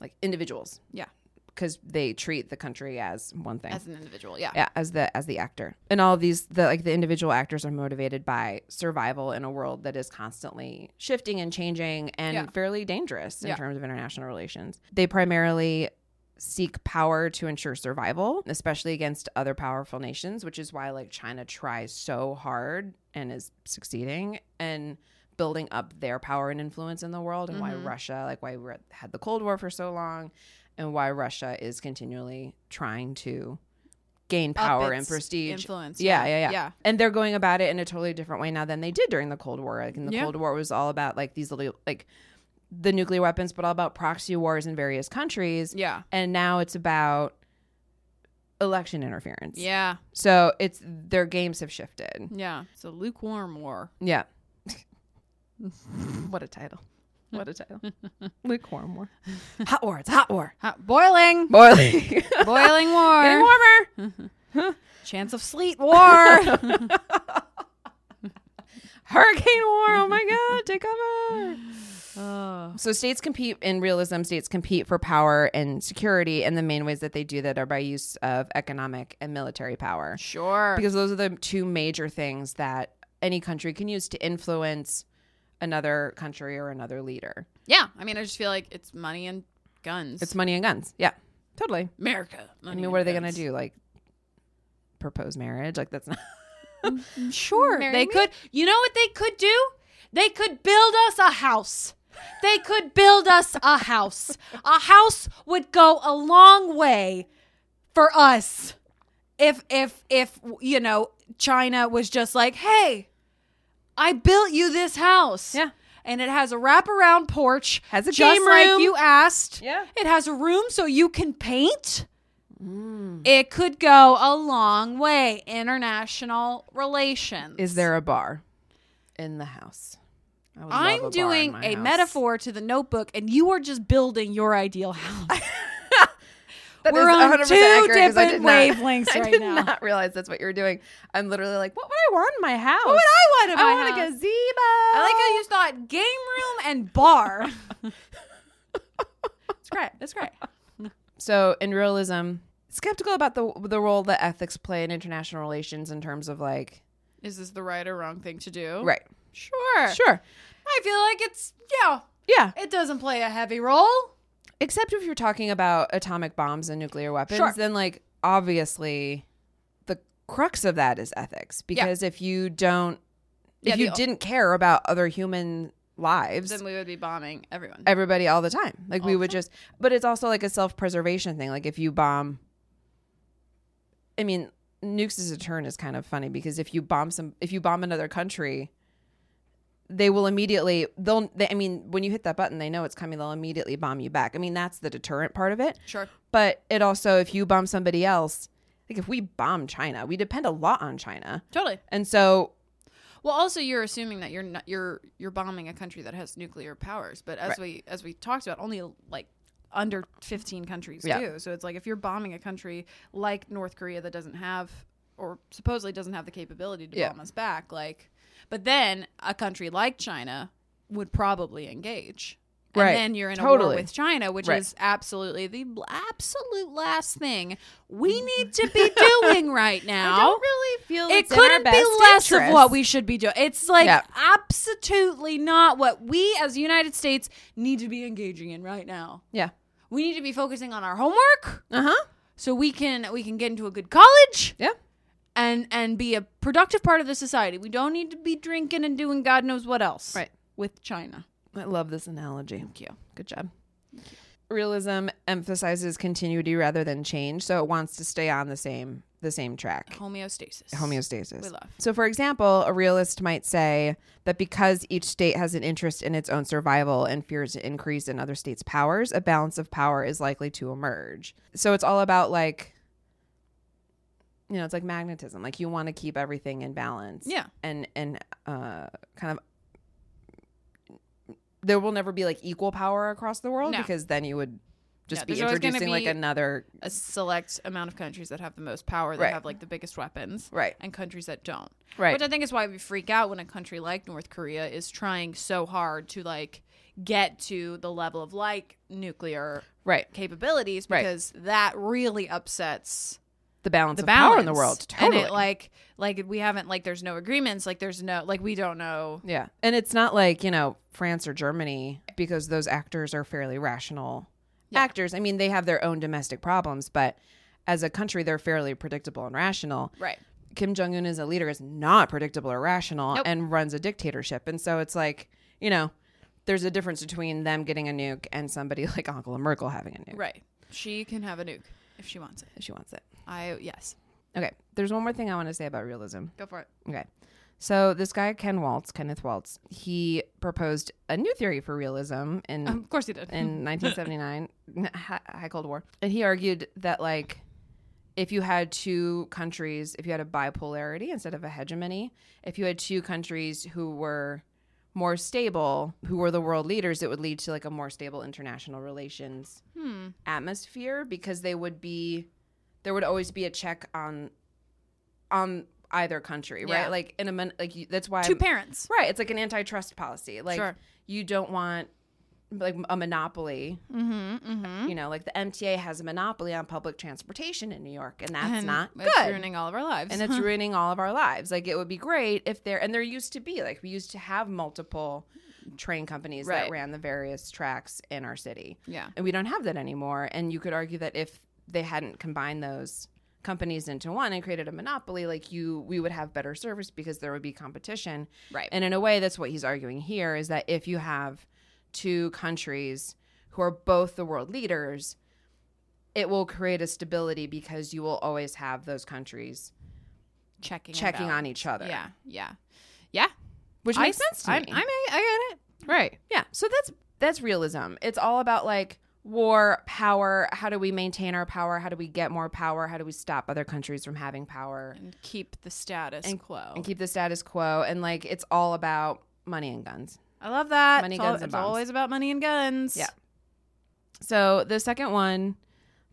Speaker 2: like individuals,
Speaker 3: Yeah.
Speaker 2: because they treat the country as one thing.
Speaker 3: As an individual. Yeah.
Speaker 2: yeah, as the as the actor, and all of these the like the individual actors are motivated by survival in a world that is constantly shifting and changing and
Speaker 3: Yeah.
Speaker 2: fairly dangerous in
Speaker 3: Yeah.
Speaker 2: terms of international relations. They primarily seek power to ensure survival, especially against other powerful nations, which is why like China tries so hard and is succeeding and building up their power and influence in the world and
Speaker 3: Mhm.
Speaker 2: why Russia, like why we had the Cold War for so long and why Russia is continually trying to gain
Speaker 3: Up
Speaker 2: power and
Speaker 3: its
Speaker 2: prestige
Speaker 3: Influence.
Speaker 2: yeah, yeah, yeah,
Speaker 3: Yeah.
Speaker 2: And they're going about it in a totally different way now than they did during the Cold War. Like, and the
Speaker 3: Yeah.
Speaker 2: Cold War was all about like these little like the nuclear weapons, but all about proxy wars in various countries.
Speaker 3: Yeah.
Speaker 2: And now it's about election interference.
Speaker 3: Yeah.
Speaker 2: So it's their games have shifted.
Speaker 3: Yeah. It's a lukewarm war.
Speaker 2: Yeah. what a title. What a title. Lukewarm war. Hot war. It's a hot war.
Speaker 3: Hot,
Speaker 2: <laughs>
Speaker 3: boiling.
Speaker 2: Boiling.
Speaker 3: <laughs> boiling war.
Speaker 2: Getting warmer.
Speaker 3: Chance of sleet war.
Speaker 2: <laughs> Hurricane war. Oh my God. Take cover.
Speaker 3: oh.
Speaker 2: So states compete in realism. States compete for power and security, and the main ways that they do that are by use of economic and military power,
Speaker 3: <sighs> Sure.
Speaker 2: because those are the two major things that any country can use to influence another country or another leader.
Speaker 3: yeah. I mean, I just feel like it's money and guns.
Speaker 2: It's money and guns. Yeah, totally.
Speaker 3: America.
Speaker 2: I mean, what are they gonna do? Like propose marriage? Like <laughs> that's not.
Speaker 3: Sure.
Speaker 2: Marry
Speaker 3: they
Speaker 2: me?
Speaker 3: could. You know what they could do? They could build us a house. They could build us a house. A house would go a long way for us. If if if you know, China was just like, "Hey, I built you this house."
Speaker 2: Yeah.
Speaker 3: And it has a wraparound porch.
Speaker 2: Has a
Speaker 3: just
Speaker 2: game room.
Speaker 3: like you asked.
Speaker 2: Yeah.
Speaker 3: It has a room so you can paint.
Speaker 2: Mm.
Speaker 3: It could go a long way. International relations.
Speaker 2: Is there a bar in the house? I would love a bar
Speaker 3: I'm
Speaker 2: in
Speaker 3: doing
Speaker 2: my
Speaker 3: a
Speaker 2: house.
Speaker 3: metaphor to the notebook, and you are just building your ideal house.
Speaker 2: That
Speaker 3: We're
Speaker 2: is
Speaker 3: on
Speaker 2: 100%
Speaker 3: two
Speaker 2: accurate 'cause I did
Speaker 3: different
Speaker 2: not- <laughs>
Speaker 3: wavelengths
Speaker 2: I
Speaker 3: right
Speaker 2: did
Speaker 3: now.
Speaker 2: not realize that's what you were doing. I'm literally like, what would I want in my house?
Speaker 3: What would I Oh. want in my
Speaker 2: I want
Speaker 3: house?
Speaker 2: a gazebo.
Speaker 3: I like how you thought game room and <laughs> bar. it's great. It's great.
Speaker 2: So in realism, skeptical about the the role that ethics play in international relations in terms of like
Speaker 3: Is this the right or wrong thing to do?
Speaker 2: right.
Speaker 3: Oh, Sure.
Speaker 2: Sure.
Speaker 3: I feel like it's yeah.
Speaker 2: Yeah.
Speaker 3: It doesn't play a heavy role.
Speaker 2: Except if you're talking about atomic bombs and nuclear weapons,
Speaker 3: Sure.
Speaker 2: then like obviously the crux of that is ethics because if you don't if
Speaker 3: Yeah,
Speaker 2: you
Speaker 3: the-
Speaker 2: didn't care about other human lives,
Speaker 3: Then we would be bombing everyone.
Speaker 2: everybody all the time. Like we
Speaker 3: All
Speaker 2: would
Speaker 3: the time.
Speaker 2: just, but it's also like a self preservation thing. Like if you bomb, I mean, nukes as a turn is kind of funny because if you bomb some, if you bomb another country, they will immediately they'll. They, I mean, when you hit that button, they know it's coming. They'll immediately bomb you back. I mean, that's the deterrent part of it.
Speaker 3: Sure.
Speaker 2: But it also, if you bomb somebody else, like if we bomb China, we depend a lot on China,
Speaker 3: Totally.
Speaker 2: and so
Speaker 3: Well, also you're assuming that you're not you're you're bombing a country that has nuclear powers, but as
Speaker 2: Right.
Speaker 3: we as we talked about, only like under 15 countries
Speaker 2: Yeah.
Speaker 3: do. So it's like if you're bombing a country like North Korea that doesn't have or supposedly doesn't have the capability to
Speaker 2: Yeah.
Speaker 3: bomb us back, like but then a country like China would probably engage. And
Speaker 2: Right.
Speaker 3: then you're in a war
Speaker 2: Totally.
Speaker 3: with China, which
Speaker 2: Right.
Speaker 3: is absolutely the l- absolute last thing
Speaker 2: <laughs>
Speaker 3: we need to be doing right now
Speaker 2: really feel
Speaker 3: it couldn't be less of what we should be doing. It's like
Speaker 2: Yeah.
Speaker 3: absolutely not what we as the United States need to be engaging in right now.
Speaker 2: Yeah.
Speaker 3: We need to be focusing on our homework
Speaker 2: Uh huh.
Speaker 3: so we can we can get into a good college
Speaker 2: Yeah.
Speaker 3: and and be a productive part of the society. We don't need to be drinking and doing God knows what else.
Speaker 2: Right.
Speaker 3: With China.
Speaker 2: I love this analogy.
Speaker 3: Thank you.
Speaker 2: Good job. Realism emphasizes continuity rather than change, so it wants to stay on the same the same track.
Speaker 3: Homeostasis.
Speaker 2: Homeostasis.
Speaker 3: We love.
Speaker 2: So for example, a realist might say that because each state has an interest in its own survival and fears an increase in other states' powers, a balance of power is likely to emerge. So it's all about like you know, it's like magnetism. Like you want to keep everything in balance
Speaker 3: Yeah.
Speaker 2: and and uh kind of there will never be like equal power across the world
Speaker 3: No.
Speaker 2: because then you would just
Speaker 3: Yeah,
Speaker 2: be
Speaker 3: there's always gonna
Speaker 2: introducing like
Speaker 3: be-
Speaker 2: another
Speaker 3: A select amount of countries that have the most power that
Speaker 2: Right.
Speaker 3: have like the biggest weapons.
Speaker 2: right
Speaker 3: and countries that don't.
Speaker 2: Right.
Speaker 3: Which I think is why we freak out when a country like North Korea is trying so hard to like get to the level of like nuclear
Speaker 2: right
Speaker 3: capabilities
Speaker 2: Right.
Speaker 3: because that really upsets
Speaker 2: the balance
Speaker 3: the
Speaker 2: of
Speaker 3: balance
Speaker 2: power in the world totally
Speaker 3: And it like like we haven't like there's no agreements, like there's no like we don't know
Speaker 2: yeah and it's not like you know France or Germany because those actors are fairly rational
Speaker 3: Yeah.
Speaker 2: actors I mean they have their own domestic problems but as a country they're fairly predictable and rational
Speaker 3: Right.
Speaker 2: Kim Jong Un as a leader is not predictable or rational
Speaker 3: Nope.
Speaker 2: and runs a dictatorship. And so it's like, you know, there's a difference between them getting a nuke and somebody <laughs> like Angela Merkel having a nuke
Speaker 3: Right. She can have a nuke if she wants it.
Speaker 2: if she wants it.
Speaker 3: I yes.
Speaker 2: Okay. There's one more thing I want to say about realism.
Speaker 3: Go for it.
Speaker 2: Okay. So this guy, Ken Waltz, Kenneth Waltz, he proposed a new theory for realism in
Speaker 3: Um, of course he did. <laughs>
Speaker 2: in 1979, n- hi- high Cold War, and he argued that like if you had two countries, if you had a bipolarity instead of a hegemony, if you had two countries who were more stable, who were the world leaders, it would lead to like a more stable international relations
Speaker 3: hmm.
Speaker 2: atmosphere because they would be there would always be a check on on either country,
Speaker 3: Yeah.
Speaker 2: right? Like in a mon- like you, that's why
Speaker 3: Two parents.
Speaker 2: Right. It's like an antitrust policy. Like
Speaker 3: Sure.
Speaker 2: you don't want like a monopoly.
Speaker 3: Mm-hmm. Mm-hmm.
Speaker 2: You know, like the MTA has a monopoly on public transportation in New York, and that's
Speaker 3: and
Speaker 2: not
Speaker 3: it's
Speaker 2: good.
Speaker 3: ruining all of our lives.
Speaker 2: and it's ruining all of our lives. Like it would be great if there and there used to be like we used to have multiple train companies that
Speaker 3: Right.
Speaker 2: ran the various tracks in our city.
Speaker 3: yeah.
Speaker 2: And we don't have that anymore. And you could argue that if they hadn't combined those companies into one and created a monopoly, like you we would have better service because there would be competition.
Speaker 3: Right.
Speaker 2: And in a way, that's what he's arguing here is that if you have two countries who are both the world leaders, it will create a stability because you will always have those countries
Speaker 3: checking
Speaker 2: checking on each other.
Speaker 3: Yeah, yeah, yeah.
Speaker 2: Which
Speaker 3: I
Speaker 2: makes
Speaker 3: s-
Speaker 2: sense to
Speaker 3: I,
Speaker 2: me.
Speaker 3: I, mean, I get it. Right.
Speaker 2: yeah. So that's that's realism. It's all about like war, power, how do we maintain our power? How do we get more power? How do we stop other countries from having power
Speaker 3: And keep the status
Speaker 2: And-
Speaker 3: quo.
Speaker 2: and keep the status quo? And like it's all about money and guns.
Speaker 3: I love that.
Speaker 2: Money,
Speaker 3: it's al-
Speaker 2: guns, and
Speaker 3: it's
Speaker 2: bombs.
Speaker 3: always about money and guns.
Speaker 2: Yeah. So the second one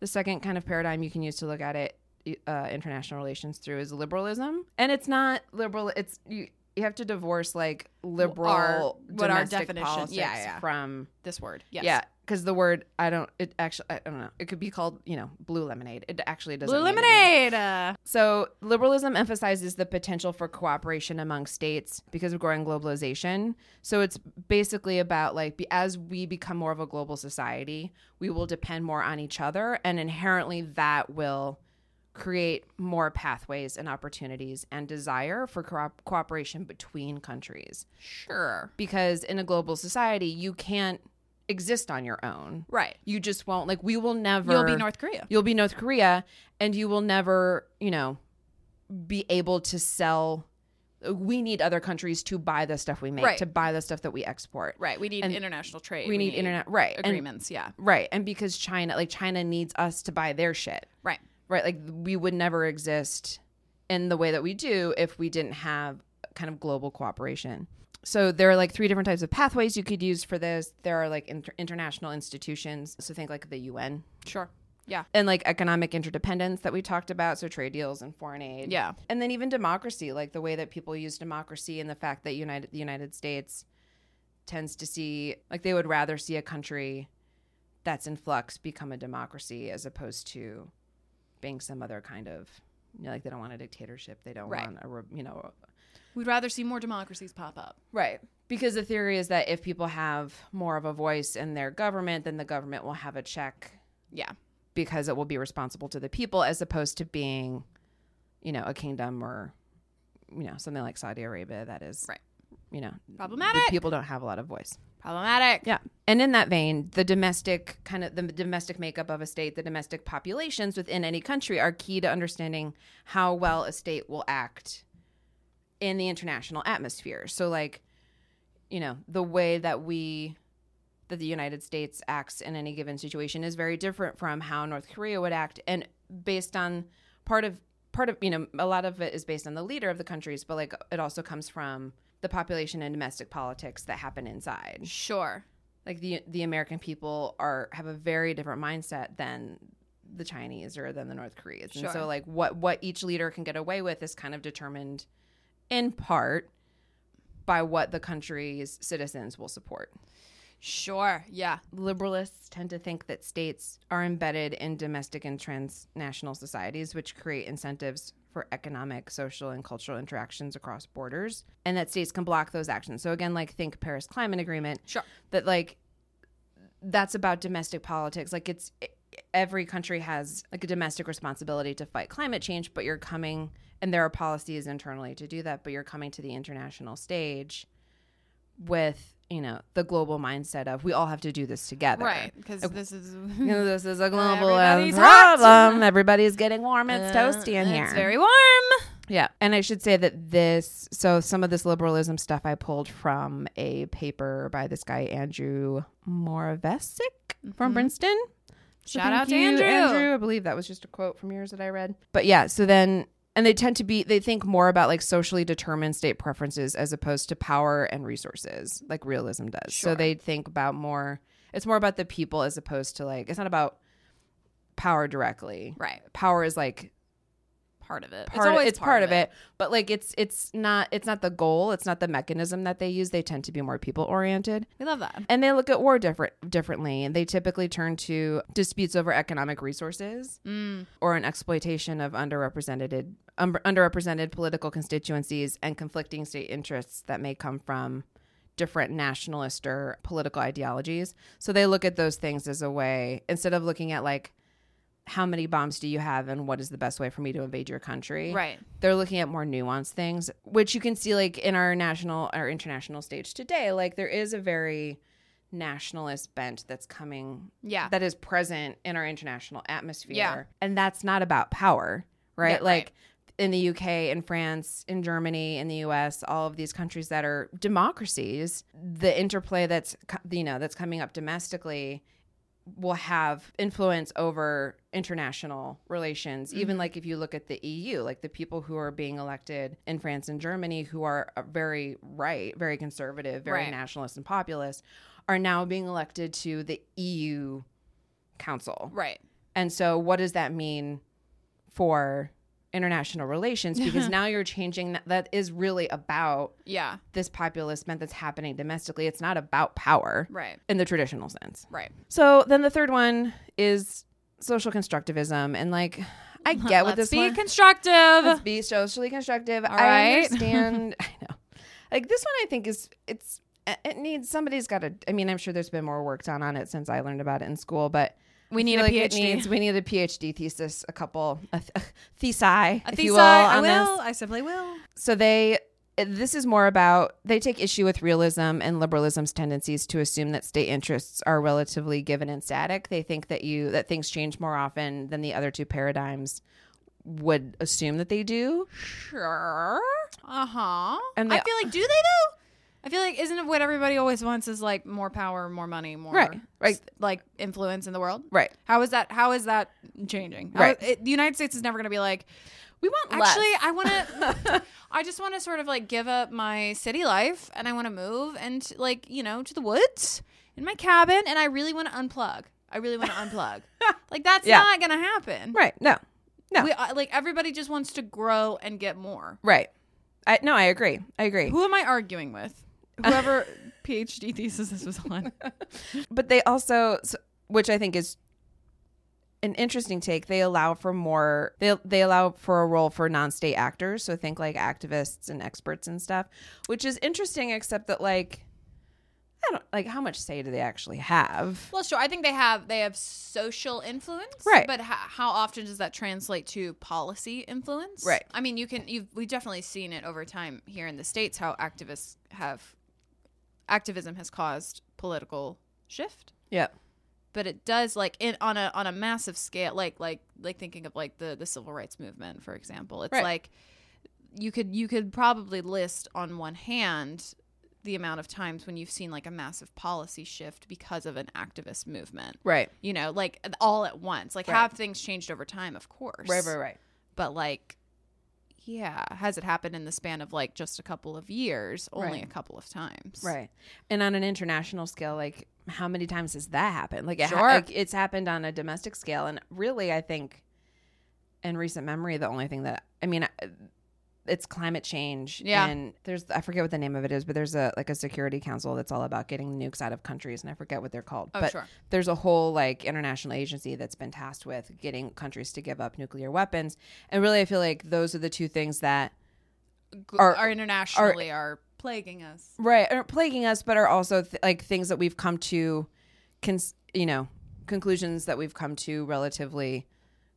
Speaker 2: The second kind of paradigm you can use to look at it, uh, international relations through, is liberalism, and it's not liberal. It's you. You have to divorce like liberal
Speaker 3: what our
Speaker 2: domestic
Speaker 3: definition-
Speaker 2: politics
Speaker 3: yeah, yeah.
Speaker 2: from
Speaker 3: This word. Yes.
Speaker 2: yeah because the word I don't it actually I don't know it could be called you know blue lemonade it actually doesn't
Speaker 3: Blue
Speaker 2: mean anything.
Speaker 3: lemonade. Uh,
Speaker 2: So, liberalism emphasizes the potential for cooperation among states because of growing globalization. So, it's basically about like be, as we become more of a global society, we will depend more on each other, and inherently that will create more pathways and opportunities and desire for co- cooperation between countries.
Speaker 3: sure.
Speaker 2: Because in a global society, you can't exist on your own.
Speaker 3: Right.
Speaker 2: You just won't like we will never
Speaker 3: You'll be North Korea.
Speaker 2: you'll be North Korea and you will never, you know, be able to sell we need other countries to buy the stuff we make,
Speaker 3: Right.
Speaker 2: to buy the stuff that we export.
Speaker 3: Right. We need
Speaker 2: And
Speaker 3: international trade.
Speaker 2: We, need, internet right. and-
Speaker 3: agreements. yeah.
Speaker 2: right. And because China like China needs us to buy their shit.
Speaker 3: Right.
Speaker 2: Right? Like we would never exist in the way that we do if we didn't have kind of global cooperation. So there are like three different types of pathways you could use for this. There are like inter- international institutions. So think like the UN
Speaker 3: Sure. Yeah.
Speaker 2: and like economic interdependence that we talked about, so trade deals and foreign aid.
Speaker 3: Yeah.
Speaker 2: And then even democracy, like the way that people use democracy and the fact that United the United States tends to see like they would rather see a country that's in flux become a democracy as opposed to being some other kind of you know, like they don't want a dictatorship. They don't
Speaker 3: Right.
Speaker 2: want a re- you know
Speaker 3: We'd rather see more democracies pop up.
Speaker 2: Right. Because the theory is that if people have more of a voice in their government, then the government will have a check
Speaker 3: Yeah.
Speaker 2: because it will be responsible to the people as opposed to being, you know, a kingdom or, you know, something like Saudi Arabia that is,
Speaker 3: Right.
Speaker 2: you know,
Speaker 3: Problematic.
Speaker 2: the people don't have a lot of voice.
Speaker 3: Problematic.
Speaker 2: Yeah. And in that vein, the domestic kind of the domestic makeup of a state, the domestic populations within any country are key to understanding how well a state will act in the international atmosphere. So like, you know, the way that we that the United States acts in any given situation is very different from how North Korea would act and based on part of part of, you know, a lot of it is based on the leader of the countries, but like it also comes from the population and domestic politics that happen inside
Speaker 3: Sure.
Speaker 2: like the the American people are have a very different mindset than the Chinese or than the North Koreans. And
Speaker 3: Sure.
Speaker 2: so like what what each leader can get away with is kind of determined in part by what the country's citizens will support.
Speaker 3: Sure. Yeah.
Speaker 2: Liberalists tend to think that states are embedded in domestic and transnational societies which create incentives for economic, social and cultural interactions across borders and that states can block those actions. So again like think Paris Climate Agreement
Speaker 3: Sure.
Speaker 2: that like that's about domestic politics like it's e, every country has like a domestic responsibility to fight climate change but you're coming and there are policies internally to do that but you're coming to the international stage with you know the global mindset of we all have to do this together
Speaker 3: Right. Because this is
Speaker 2: you know, this is a global
Speaker 3: Everybody's hot.
Speaker 2: problem everybody's getting warm it's toasty in here
Speaker 3: <laughs> It's Uh, very warm.
Speaker 2: yeah. And I should say that this, so some of this liberalism stuff I pulled from a paper by this guy, Andrew Moravesic from Princeton. So
Speaker 3: Mm-hmm. Shout
Speaker 2: thank
Speaker 3: out to
Speaker 2: you,
Speaker 3: Andrew.
Speaker 2: Andrew. I believe that was just a quote from yours that I read. But yeah, so then, and they tend to be, they think more about like socially determined state preferences as opposed to power and resources, like realism does. So
Speaker 3: Sure.
Speaker 2: they think about more, it's more about the people as opposed to like, it's not about power directly.
Speaker 3: Right.
Speaker 2: Power is like
Speaker 3: Part of it.
Speaker 2: part it's, it's part, of it. but like it's it's not it's not the goal it's not the mechanism that they use they tend to be more people oriented
Speaker 3: We love that.
Speaker 2: and they look at war different differently and they typically turn to disputes over economic resources
Speaker 3: Mm.
Speaker 2: or an exploitation of underrepresented um, underrepresented political constituencies and conflicting state interests that may come from different nationalist or political ideologies so they look at those things as a way instead of looking at like how many bombs do you have and what is the best way for me to invade your country
Speaker 3: Right.
Speaker 2: they're looking at more nuanced things, which you can see like in our national our international stage today. Like there is a very nationalist bent that's coming
Speaker 3: Yeah.
Speaker 2: that is present in our international atmosphere.
Speaker 3: Yeah.
Speaker 2: And that's not about power, right?
Speaker 3: Yeah, right.
Speaker 2: like in the UK, in France, in Germany, in the US, all of these countries that are democracies, the interplay that's co- you know, that's coming up domestically will have influence over international relations even
Speaker 3: Mm-hmm.
Speaker 2: like if you look at the EU like the people who are being elected in France and Germany who are uh, very right very conservative very
Speaker 3: Right.
Speaker 2: nationalist and populist are now being elected to the EU E council
Speaker 3: right.
Speaker 2: And so, what does that mean for international
Speaker 3: <laughs>
Speaker 2: relations? Because now you're changing that. That is really about
Speaker 3: Yeah.
Speaker 2: this populist event that's happening domestically. It's not about power
Speaker 3: Right.
Speaker 2: in the traditional sense.
Speaker 3: Right.
Speaker 2: So then the third one is social constructivism, and like
Speaker 3: <laughs>
Speaker 2: I get what this
Speaker 3: Let's be
Speaker 2: one.
Speaker 3: constructive.
Speaker 2: Let's be socially constructive. I
Speaker 3: right. <laughs>
Speaker 2: understand. I know. Like this one, I think is it's it needs somebody's got to. I mean, I'm sure there's been more work done on it since I learned about it in school, but
Speaker 3: we
Speaker 2: I
Speaker 3: need
Speaker 2: feel
Speaker 3: a
Speaker 2: like
Speaker 3: PhD.
Speaker 2: It
Speaker 3: <laughs>
Speaker 2: needs, we need a PhD thesis, a couple a, th- a thesi,
Speaker 3: a
Speaker 2: if
Speaker 3: thesis.
Speaker 2: you will,
Speaker 3: I
Speaker 2: on this
Speaker 3: will. I simply will.
Speaker 2: so they this is more about they take issue with realism and liberalism's tendencies to assume that state interests are relatively given and static they think that you that things change more often than the other two paradigms would assume that they do
Speaker 3: Sure. Uh huh.
Speaker 2: And
Speaker 3: I
Speaker 2: they-
Speaker 3: feel like, do they though? I feel like, isn't it what everybody always wants is like more power, more money, more
Speaker 2: Right, right.
Speaker 3: s- like influence in the world?
Speaker 2: right
Speaker 3: How is that? How is that changing? How-
Speaker 2: Right.
Speaker 3: it- the United States is never going to be like.
Speaker 2: we want
Speaker 3: Actually, I
Speaker 2: <laughs>
Speaker 3: want to. I just want to sort of like give up my city life, and I want to move and like you know to the woods in my cabin, and I really want to unplug. I
Speaker 2: <laughs>
Speaker 3: really want to unplug. Like that's
Speaker 2: Yeah.
Speaker 3: not going to happen.
Speaker 2: right no no.
Speaker 3: We, uh, like everybody just wants to grow and get more.
Speaker 2: right i no i agree i agree
Speaker 3: Who am I arguing with?
Speaker 2: <laughs>
Speaker 3: Whoever PhD thesis this was on.
Speaker 2: but they also s- which i think is an interesting take they allow for more they they allow for a role for non-state actors so think like activists and experts and stuff which is interesting except that like i don't like how much say do they actually have
Speaker 3: Well, sure. I think they have they have social influence,
Speaker 2: Right.
Speaker 3: But how, how often does that translate to policy influence,
Speaker 2: Right.
Speaker 3: I mean, you can you've we've definitely seen it over time here in the states how activists have activism has caused political shift,
Speaker 2: yeah
Speaker 3: but it does like in on a on a massive scale, like like like thinking of like the the civil rights movement, for example. It's
Speaker 2: Right.
Speaker 3: like you could you could probably list on one hand the amount of times when you've seen like a massive policy shift because of an activist movement
Speaker 2: right
Speaker 3: you know, like all at once. Like
Speaker 2: Right.
Speaker 3: have things changed over time, of course.
Speaker 2: right right right
Speaker 3: But like yeah, has it happened in the span of like just a couple of years? Only
Speaker 2: Right.
Speaker 3: a couple of times.
Speaker 2: right and on an international scale like how many times has that happened like, it ha-
Speaker 3: Sure.
Speaker 2: like it's happened on a domestic scale and really i think in recent memory the only thing that i mean I- it's climate change
Speaker 3: Yeah.
Speaker 2: and there's i forget what the name of it is but there's a like a security council that's all about getting nukes out of countries and i forget what they're called
Speaker 3: Oh,
Speaker 2: but
Speaker 3: sure.
Speaker 2: there's a whole like international agency that's been tasked with getting countries to give up nuclear weapons and really i feel like those are the two things that
Speaker 3: G-
Speaker 2: Are-
Speaker 3: are internationally are, plaguing us.
Speaker 2: right are plaguing us but are also th- like things that we've come to cons- you know conclusions that we've come to relatively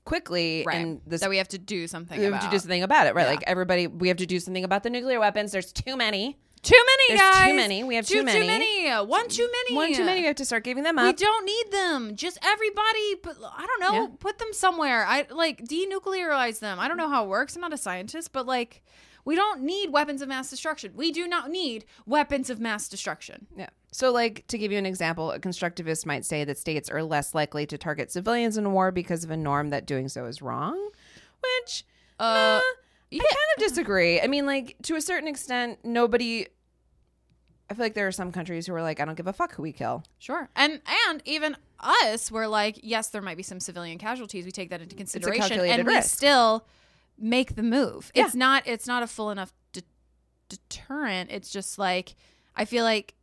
Speaker 2: quickly
Speaker 3: Right.
Speaker 2: and this uh,
Speaker 3: that we have to do something
Speaker 2: we have
Speaker 3: about.
Speaker 2: to do something about it right
Speaker 3: Yeah.
Speaker 2: like everybody we have to do something about the nuclear weapons there's too many
Speaker 3: too many
Speaker 2: There's
Speaker 3: guys.
Speaker 2: too many. We have
Speaker 3: too,
Speaker 2: too many.
Speaker 3: Too many. One too many.
Speaker 2: one too many we have to start giving them
Speaker 3: We
Speaker 2: up
Speaker 3: don't need them. Just everybody, put, I don't know,
Speaker 2: Yeah.
Speaker 3: put them somewhere. I like denuclearize them. I don't know how it works. I'm not a scientist, but like, we don't need weapons of mass destruction. We do not need weapons of mass destruction.
Speaker 2: yeah so like to give you an example a constructivist might say that states are less likely to target civilians in war because of a norm that doing so is wrong which
Speaker 3: Uh,
Speaker 2: I kind of disagree. I mean, like to a certain extent, nobody. I feel like there are some countries who are like, I don't give a fuck who we kill.
Speaker 3: Sure. And and even us, we're like, yes, there might be some civilian casualties. We take that into consideration,
Speaker 2: calculated
Speaker 3: and we
Speaker 2: risk.
Speaker 3: still make the move.
Speaker 2: Yeah.
Speaker 3: It's not it's not a full enough de- deterrent. It's just like I feel like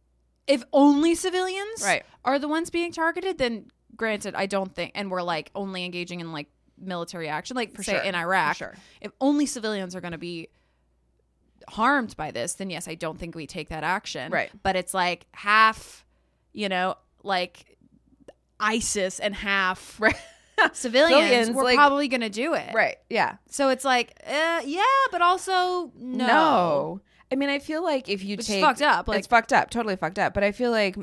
Speaker 3: if only civilians
Speaker 2: Right.
Speaker 3: are the ones being targeted, then granted, I don't think, and we're like only engaging in like military action, like
Speaker 2: For
Speaker 3: say
Speaker 2: sure.
Speaker 3: in Iraq.
Speaker 2: For sure.
Speaker 3: If only civilians are going to be harmed by this, then yes, I don't think we take that action.
Speaker 2: Right.
Speaker 3: But it's like half, you know, like ISIS and half <laughs>
Speaker 2: Right.
Speaker 3: civilians,
Speaker 2: Civilians,
Speaker 3: we're
Speaker 2: like-
Speaker 3: probably going to do it.
Speaker 2: Right. Yeah.
Speaker 3: So it's like, uh, yeah, but also no.
Speaker 2: I mean, I feel like if you
Speaker 3: Which is
Speaker 2: take
Speaker 3: fucked up, like-
Speaker 2: it's fucked up, totally fucked up. But I feel like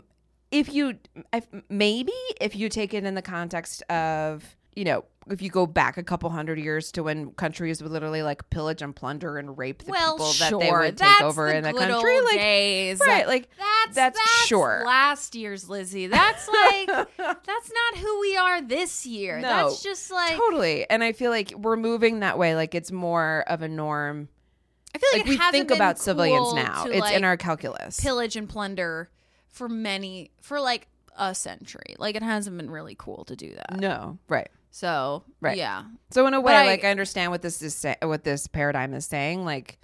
Speaker 2: if you, if, maybe if you take it in the context of, you know, if you go back a couple hundred years to when countries would literally like pillage and plunder and rape the
Speaker 3: well,
Speaker 2: people
Speaker 3: sure.
Speaker 2: that they would take
Speaker 3: that's
Speaker 2: over
Speaker 3: the
Speaker 2: in the
Speaker 3: good
Speaker 2: country,
Speaker 3: old
Speaker 2: like
Speaker 3: days.
Speaker 2: right, like
Speaker 3: That's,
Speaker 2: that's
Speaker 3: that's
Speaker 2: sure.
Speaker 3: last year's Lizzie.
Speaker 2: <laughs>
Speaker 3: That's like that's not who we are this year.
Speaker 2: No.
Speaker 3: that's just like
Speaker 2: totally and i feel like we're moving that way like it's more of a norm
Speaker 3: I feel like,
Speaker 2: like
Speaker 3: it
Speaker 2: we
Speaker 3: hasn't
Speaker 2: think
Speaker 3: been
Speaker 2: about
Speaker 3: cool
Speaker 2: civilians now
Speaker 3: to,
Speaker 2: it's
Speaker 3: like,
Speaker 2: in our calculus
Speaker 3: pillage and plunder for many for like a century. Like it hasn't been really cool to do that.
Speaker 2: no right
Speaker 3: So
Speaker 2: Right.
Speaker 3: yeah,
Speaker 2: So in a way,
Speaker 3: I-
Speaker 2: like I understand what this is say- what this paradigm is saying, like,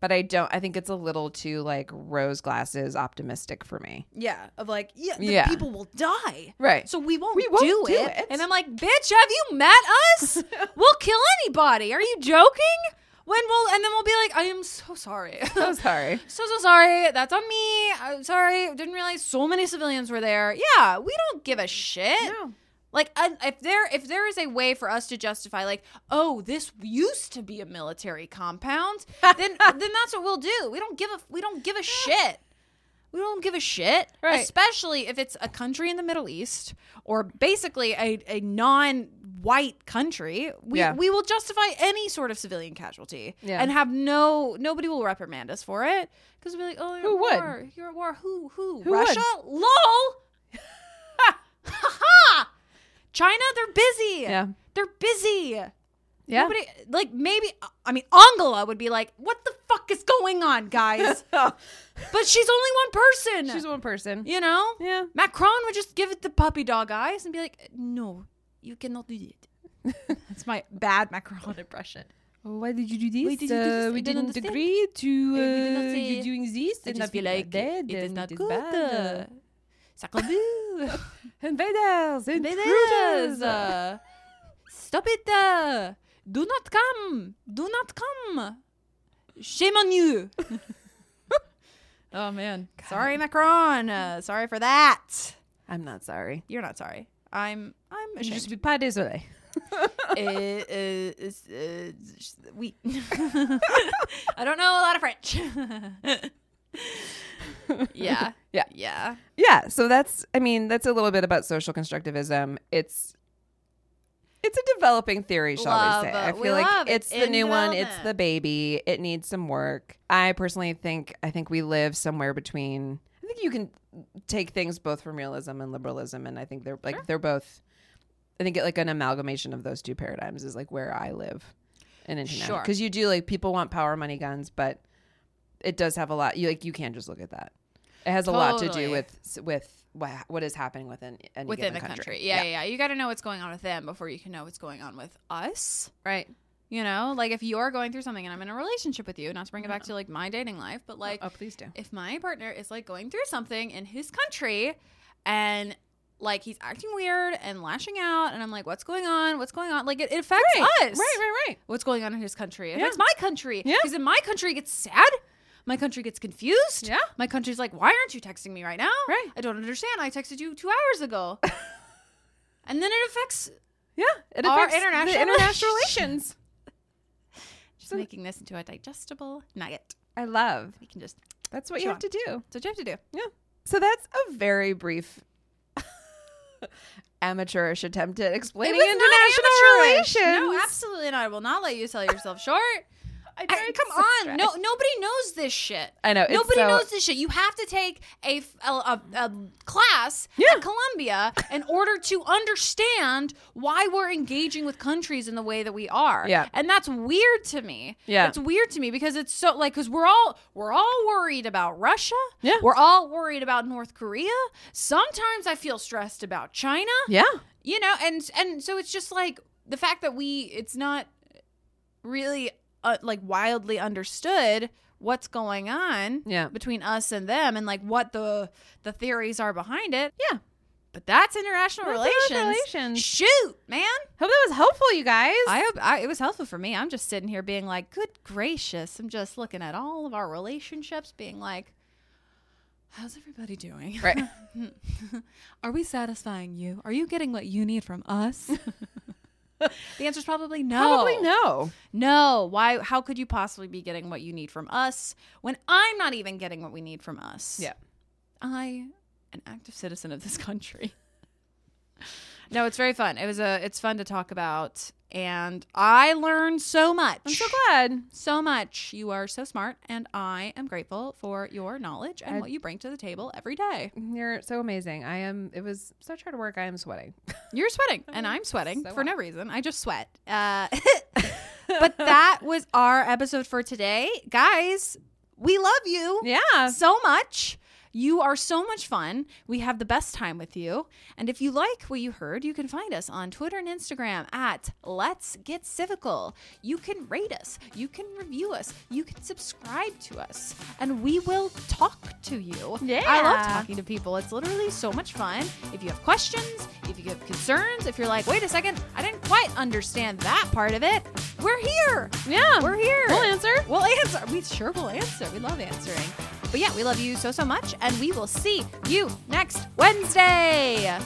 Speaker 2: but I don't. I think it's a little too like rose glasses optimistic for
Speaker 3: <laughs>
Speaker 2: me.
Speaker 3: yeah, of like yeah, the
Speaker 2: Yeah.
Speaker 3: people will die.
Speaker 2: Right.
Speaker 3: So we won't,
Speaker 2: We won't
Speaker 3: do,
Speaker 2: do
Speaker 3: it.
Speaker 2: it.
Speaker 3: And I'm like, bitch, have you met <laughs> us? we'll kill anybody. Are you joking? When we'll and then we'll be like, I am so Oh, sorry. <laughs>
Speaker 2: I'm sorry.
Speaker 3: so so sorry. That's on me. I'm sorry. Didn't realize so many civilians were there. Yeah, we don't give a shit.
Speaker 2: No.
Speaker 3: Like uh, if there if there is a way for us to justify like, oh, this used to be a
Speaker 2: <laughs>
Speaker 3: military compound, then then that's what we'll do. We don't give a we don't give a shit. We don't give a shit,
Speaker 2: Right.
Speaker 3: especially if it's a country in the Middle East or basically a, a non-white country. We
Speaker 2: Yeah.
Speaker 3: we will justify any sort of civilian casualty
Speaker 2: Yeah.
Speaker 3: and have no nobody will reprimand us for it because we're like, oh, you're
Speaker 2: Who
Speaker 3: at
Speaker 2: would?
Speaker 3: war. You're at war. Who who?
Speaker 2: Who
Speaker 3: Russia? Lol. Ha ha! China, they're busy.
Speaker 2: Yeah.
Speaker 3: They're busy.
Speaker 2: Yeah.
Speaker 3: Nobody, like maybe, I mean, Angela would be like, what the fuck is going on,
Speaker 2: <laughs>
Speaker 3: guys? but she's only one person.
Speaker 2: She's one person.
Speaker 3: you know?
Speaker 2: Yeah.
Speaker 3: Macron would just give it the puppy dog eyes and be like, no, you cannot do it. That's my bad Macron impression.
Speaker 2: Oh, Why did you do Uh,
Speaker 3: Why did you do this? I
Speaker 2: we
Speaker 3: don't
Speaker 2: didn't
Speaker 3: understand.
Speaker 2: agree to
Speaker 3: Uh, we did not
Speaker 2: uh,
Speaker 3: say-
Speaker 2: you doing this
Speaker 3: I
Speaker 2: and
Speaker 3: just
Speaker 2: not
Speaker 3: feel
Speaker 2: being
Speaker 3: like
Speaker 2: dead.
Speaker 3: it is
Speaker 2: and
Speaker 3: not
Speaker 2: it is
Speaker 3: good.
Speaker 2: bad.
Speaker 3: Sacre bleu.
Speaker 2: Invaders!
Speaker 3: Invaders!
Speaker 2: Intruders!
Speaker 3: Uh, Stop it! uh, Do not come! Do not come! Shame on you! <laughs> oh man. Sorry, Macron. Uh, sorry for that.
Speaker 2: I'm not sorry.
Speaker 3: You're not sorry. I'm I'm
Speaker 2: Je
Speaker 3: ashamed.
Speaker 2: suis pas désolée.
Speaker 3: <laughs> Eh, eh, it's, eh, it's- <laughs> oui. I don't know a lot of French. <laughs> yeah.
Speaker 2: Yeah.
Speaker 3: Yeah.
Speaker 2: Yeah, so that's I mean, that's a little bit about social constructivism. It's it's a developing theory, shall
Speaker 3: Love,
Speaker 2: we say.
Speaker 3: uh,
Speaker 2: I
Speaker 3: we
Speaker 2: feel like
Speaker 3: love it.
Speaker 2: it's the
Speaker 3: In
Speaker 2: new one, it's
Speaker 3: development.
Speaker 2: the baby. It needs some work. I personally think I think we live somewhere between I think you can take things both from realism and liberalism and I think they're like they're both I think it, like an amalgamation of those two paradigms is like where I live in international
Speaker 3: Sure.
Speaker 2: because you do like people want power, money, guns, but it does have a lot. You like you can't just look at that. It has a lot to
Speaker 3: Totally.
Speaker 2: do with with what what is happening within any
Speaker 3: Within
Speaker 2: given
Speaker 3: the country. Yeah, yeah, yeah. You got to know what's going on with them before you can know what's going on with us.
Speaker 2: right.
Speaker 3: You know, like if you're going through something and I'm in a relationship with you, not to bring it back to like my dating life, but like
Speaker 2: Mm-hmm. oh, please do.
Speaker 3: if my partner is like going through something in his country and like he's acting weird and lashing out and I'm like, what's going on? What's going on? Like it, it affects us.
Speaker 2: Right, right, right.
Speaker 3: What's going on in his country? It
Speaker 2: Yeah.
Speaker 3: affects my country.
Speaker 2: Yeah.
Speaker 3: Because in my country it gets sad. My country gets confused.
Speaker 2: Yeah.
Speaker 3: My country's like, why aren't you texting me right now?
Speaker 2: Right.
Speaker 3: I don't understand. I texted you two
Speaker 2: <laughs>
Speaker 3: hours ago. and then it affects
Speaker 2: Yeah, it
Speaker 3: Our
Speaker 2: affects the
Speaker 3: international <laughs>
Speaker 2: international
Speaker 3: relations.
Speaker 2: relations.
Speaker 3: just making this into a digestible nugget.
Speaker 2: I love.
Speaker 3: We can just
Speaker 2: That's what you
Speaker 3: Sure.
Speaker 2: have to do.
Speaker 3: That's what you have to do.
Speaker 2: Yeah. So that's a very brief <laughs> amateurish attempt at explaining international relations.
Speaker 3: No, absolutely not. I will not let you
Speaker 2: <laughs>
Speaker 3: sell yourself short.
Speaker 2: I
Speaker 3: I-
Speaker 2: tried
Speaker 3: come
Speaker 2: so
Speaker 3: on,
Speaker 2: hard.
Speaker 3: no, nobody knows this shit.
Speaker 2: I know, it's
Speaker 3: nobody
Speaker 2: so-
Speaker 3: knows this shit. You have to take a f- a- a- a class
Speaker 2: Yeah.
Speaker 3: at Columbia in order to understand why we're engaging with countries in the way that we are.
Speaker 2: Yeah.
Speaker 3: and that's weird to me.
Speaker 2: Yeah.
Speaker 3: it's weird to me because it's so like because we're all we're all worried about Russia.
Speaker 2: Yeah.
Speaker 3: we're all worried about North Korea. Sometimes I feel stressed about China
Speaker 2: Yeah.
Speaker 3: you know and and so it's just like the fact that we it's not really uh, like wildly understood what's going on
Speaker 2: Yeah.
Speaker 3: between us and them and like what the the theories are behind it
Speaker 2: Yeah.
Speaker 3: but that's international
Speaker 2: That's
Speaker 3: relations.
Speaker 2: international relations.
Speaker 3: shoot man
Speaker 2: Hope that was helpful, you guys.
Speaker 3: I hope I, it was helpful for me i'm just sitting here being like good gracious i'm just looking at all of our relationships being like how's everybody doing
Speaker 2: right.
Speaker 3: <laughs> Are we satisfying you? Are you getting what you need from
Speaker 2: <laughs>
Speaker 3: us? the answer's probably no.
Speaker 2: <laughs> Probably no.
Speaker 3: No. Why how could you possibly be getting what you need from us when I'm not even getting what we need from us?
Speaker 2: Yeah.
Speaker 3: I an active citizen of this country. <laughs> no, it's very fun. It was a it's fun to talk about and I learned so much.
Speaker 2: I'm so glad.
Speaker 3: So much. You are so smart and I am grateful for your knowledge and
Speaker 2: I-
Speaker 3: what you bring to the table every day.
Speaker 2: You're so amazing. I am. It was such hard work. I am
Speaker 3: <laughs>
Speaker 2: sweating.
Speaker 3: You're sweating, and I'm sweating
Speaker 2: so
Speaker 3: for no reason. I just sweat. Uh, <laughs> but that was our episode for today, guys. We love you
Speaker 2: Yeah.
Speaker 3: so much. You are so much fun. We have the best time with you. And if you like what you heard, you can find us on Twitter and Instagram at Let's Get Civical. You can rate us, you can review us, you can subscribe to us, and we will talk to you.
Speaker 4: Yeah.
Speaker 3: I love talking to people. It's literally so much fun. If you have questions, if you have concerns, if you're like, wait a second, I didn't quite understand that part of it, we're here.
Speaker 4: Yeah.
Speaker 3: We're here.
Speaker 4: We'll answer.
Speaker 3: We'll answer. We sure will answer. We love answering. But yeah, we love you so, so much, and we will see you next Wednesday.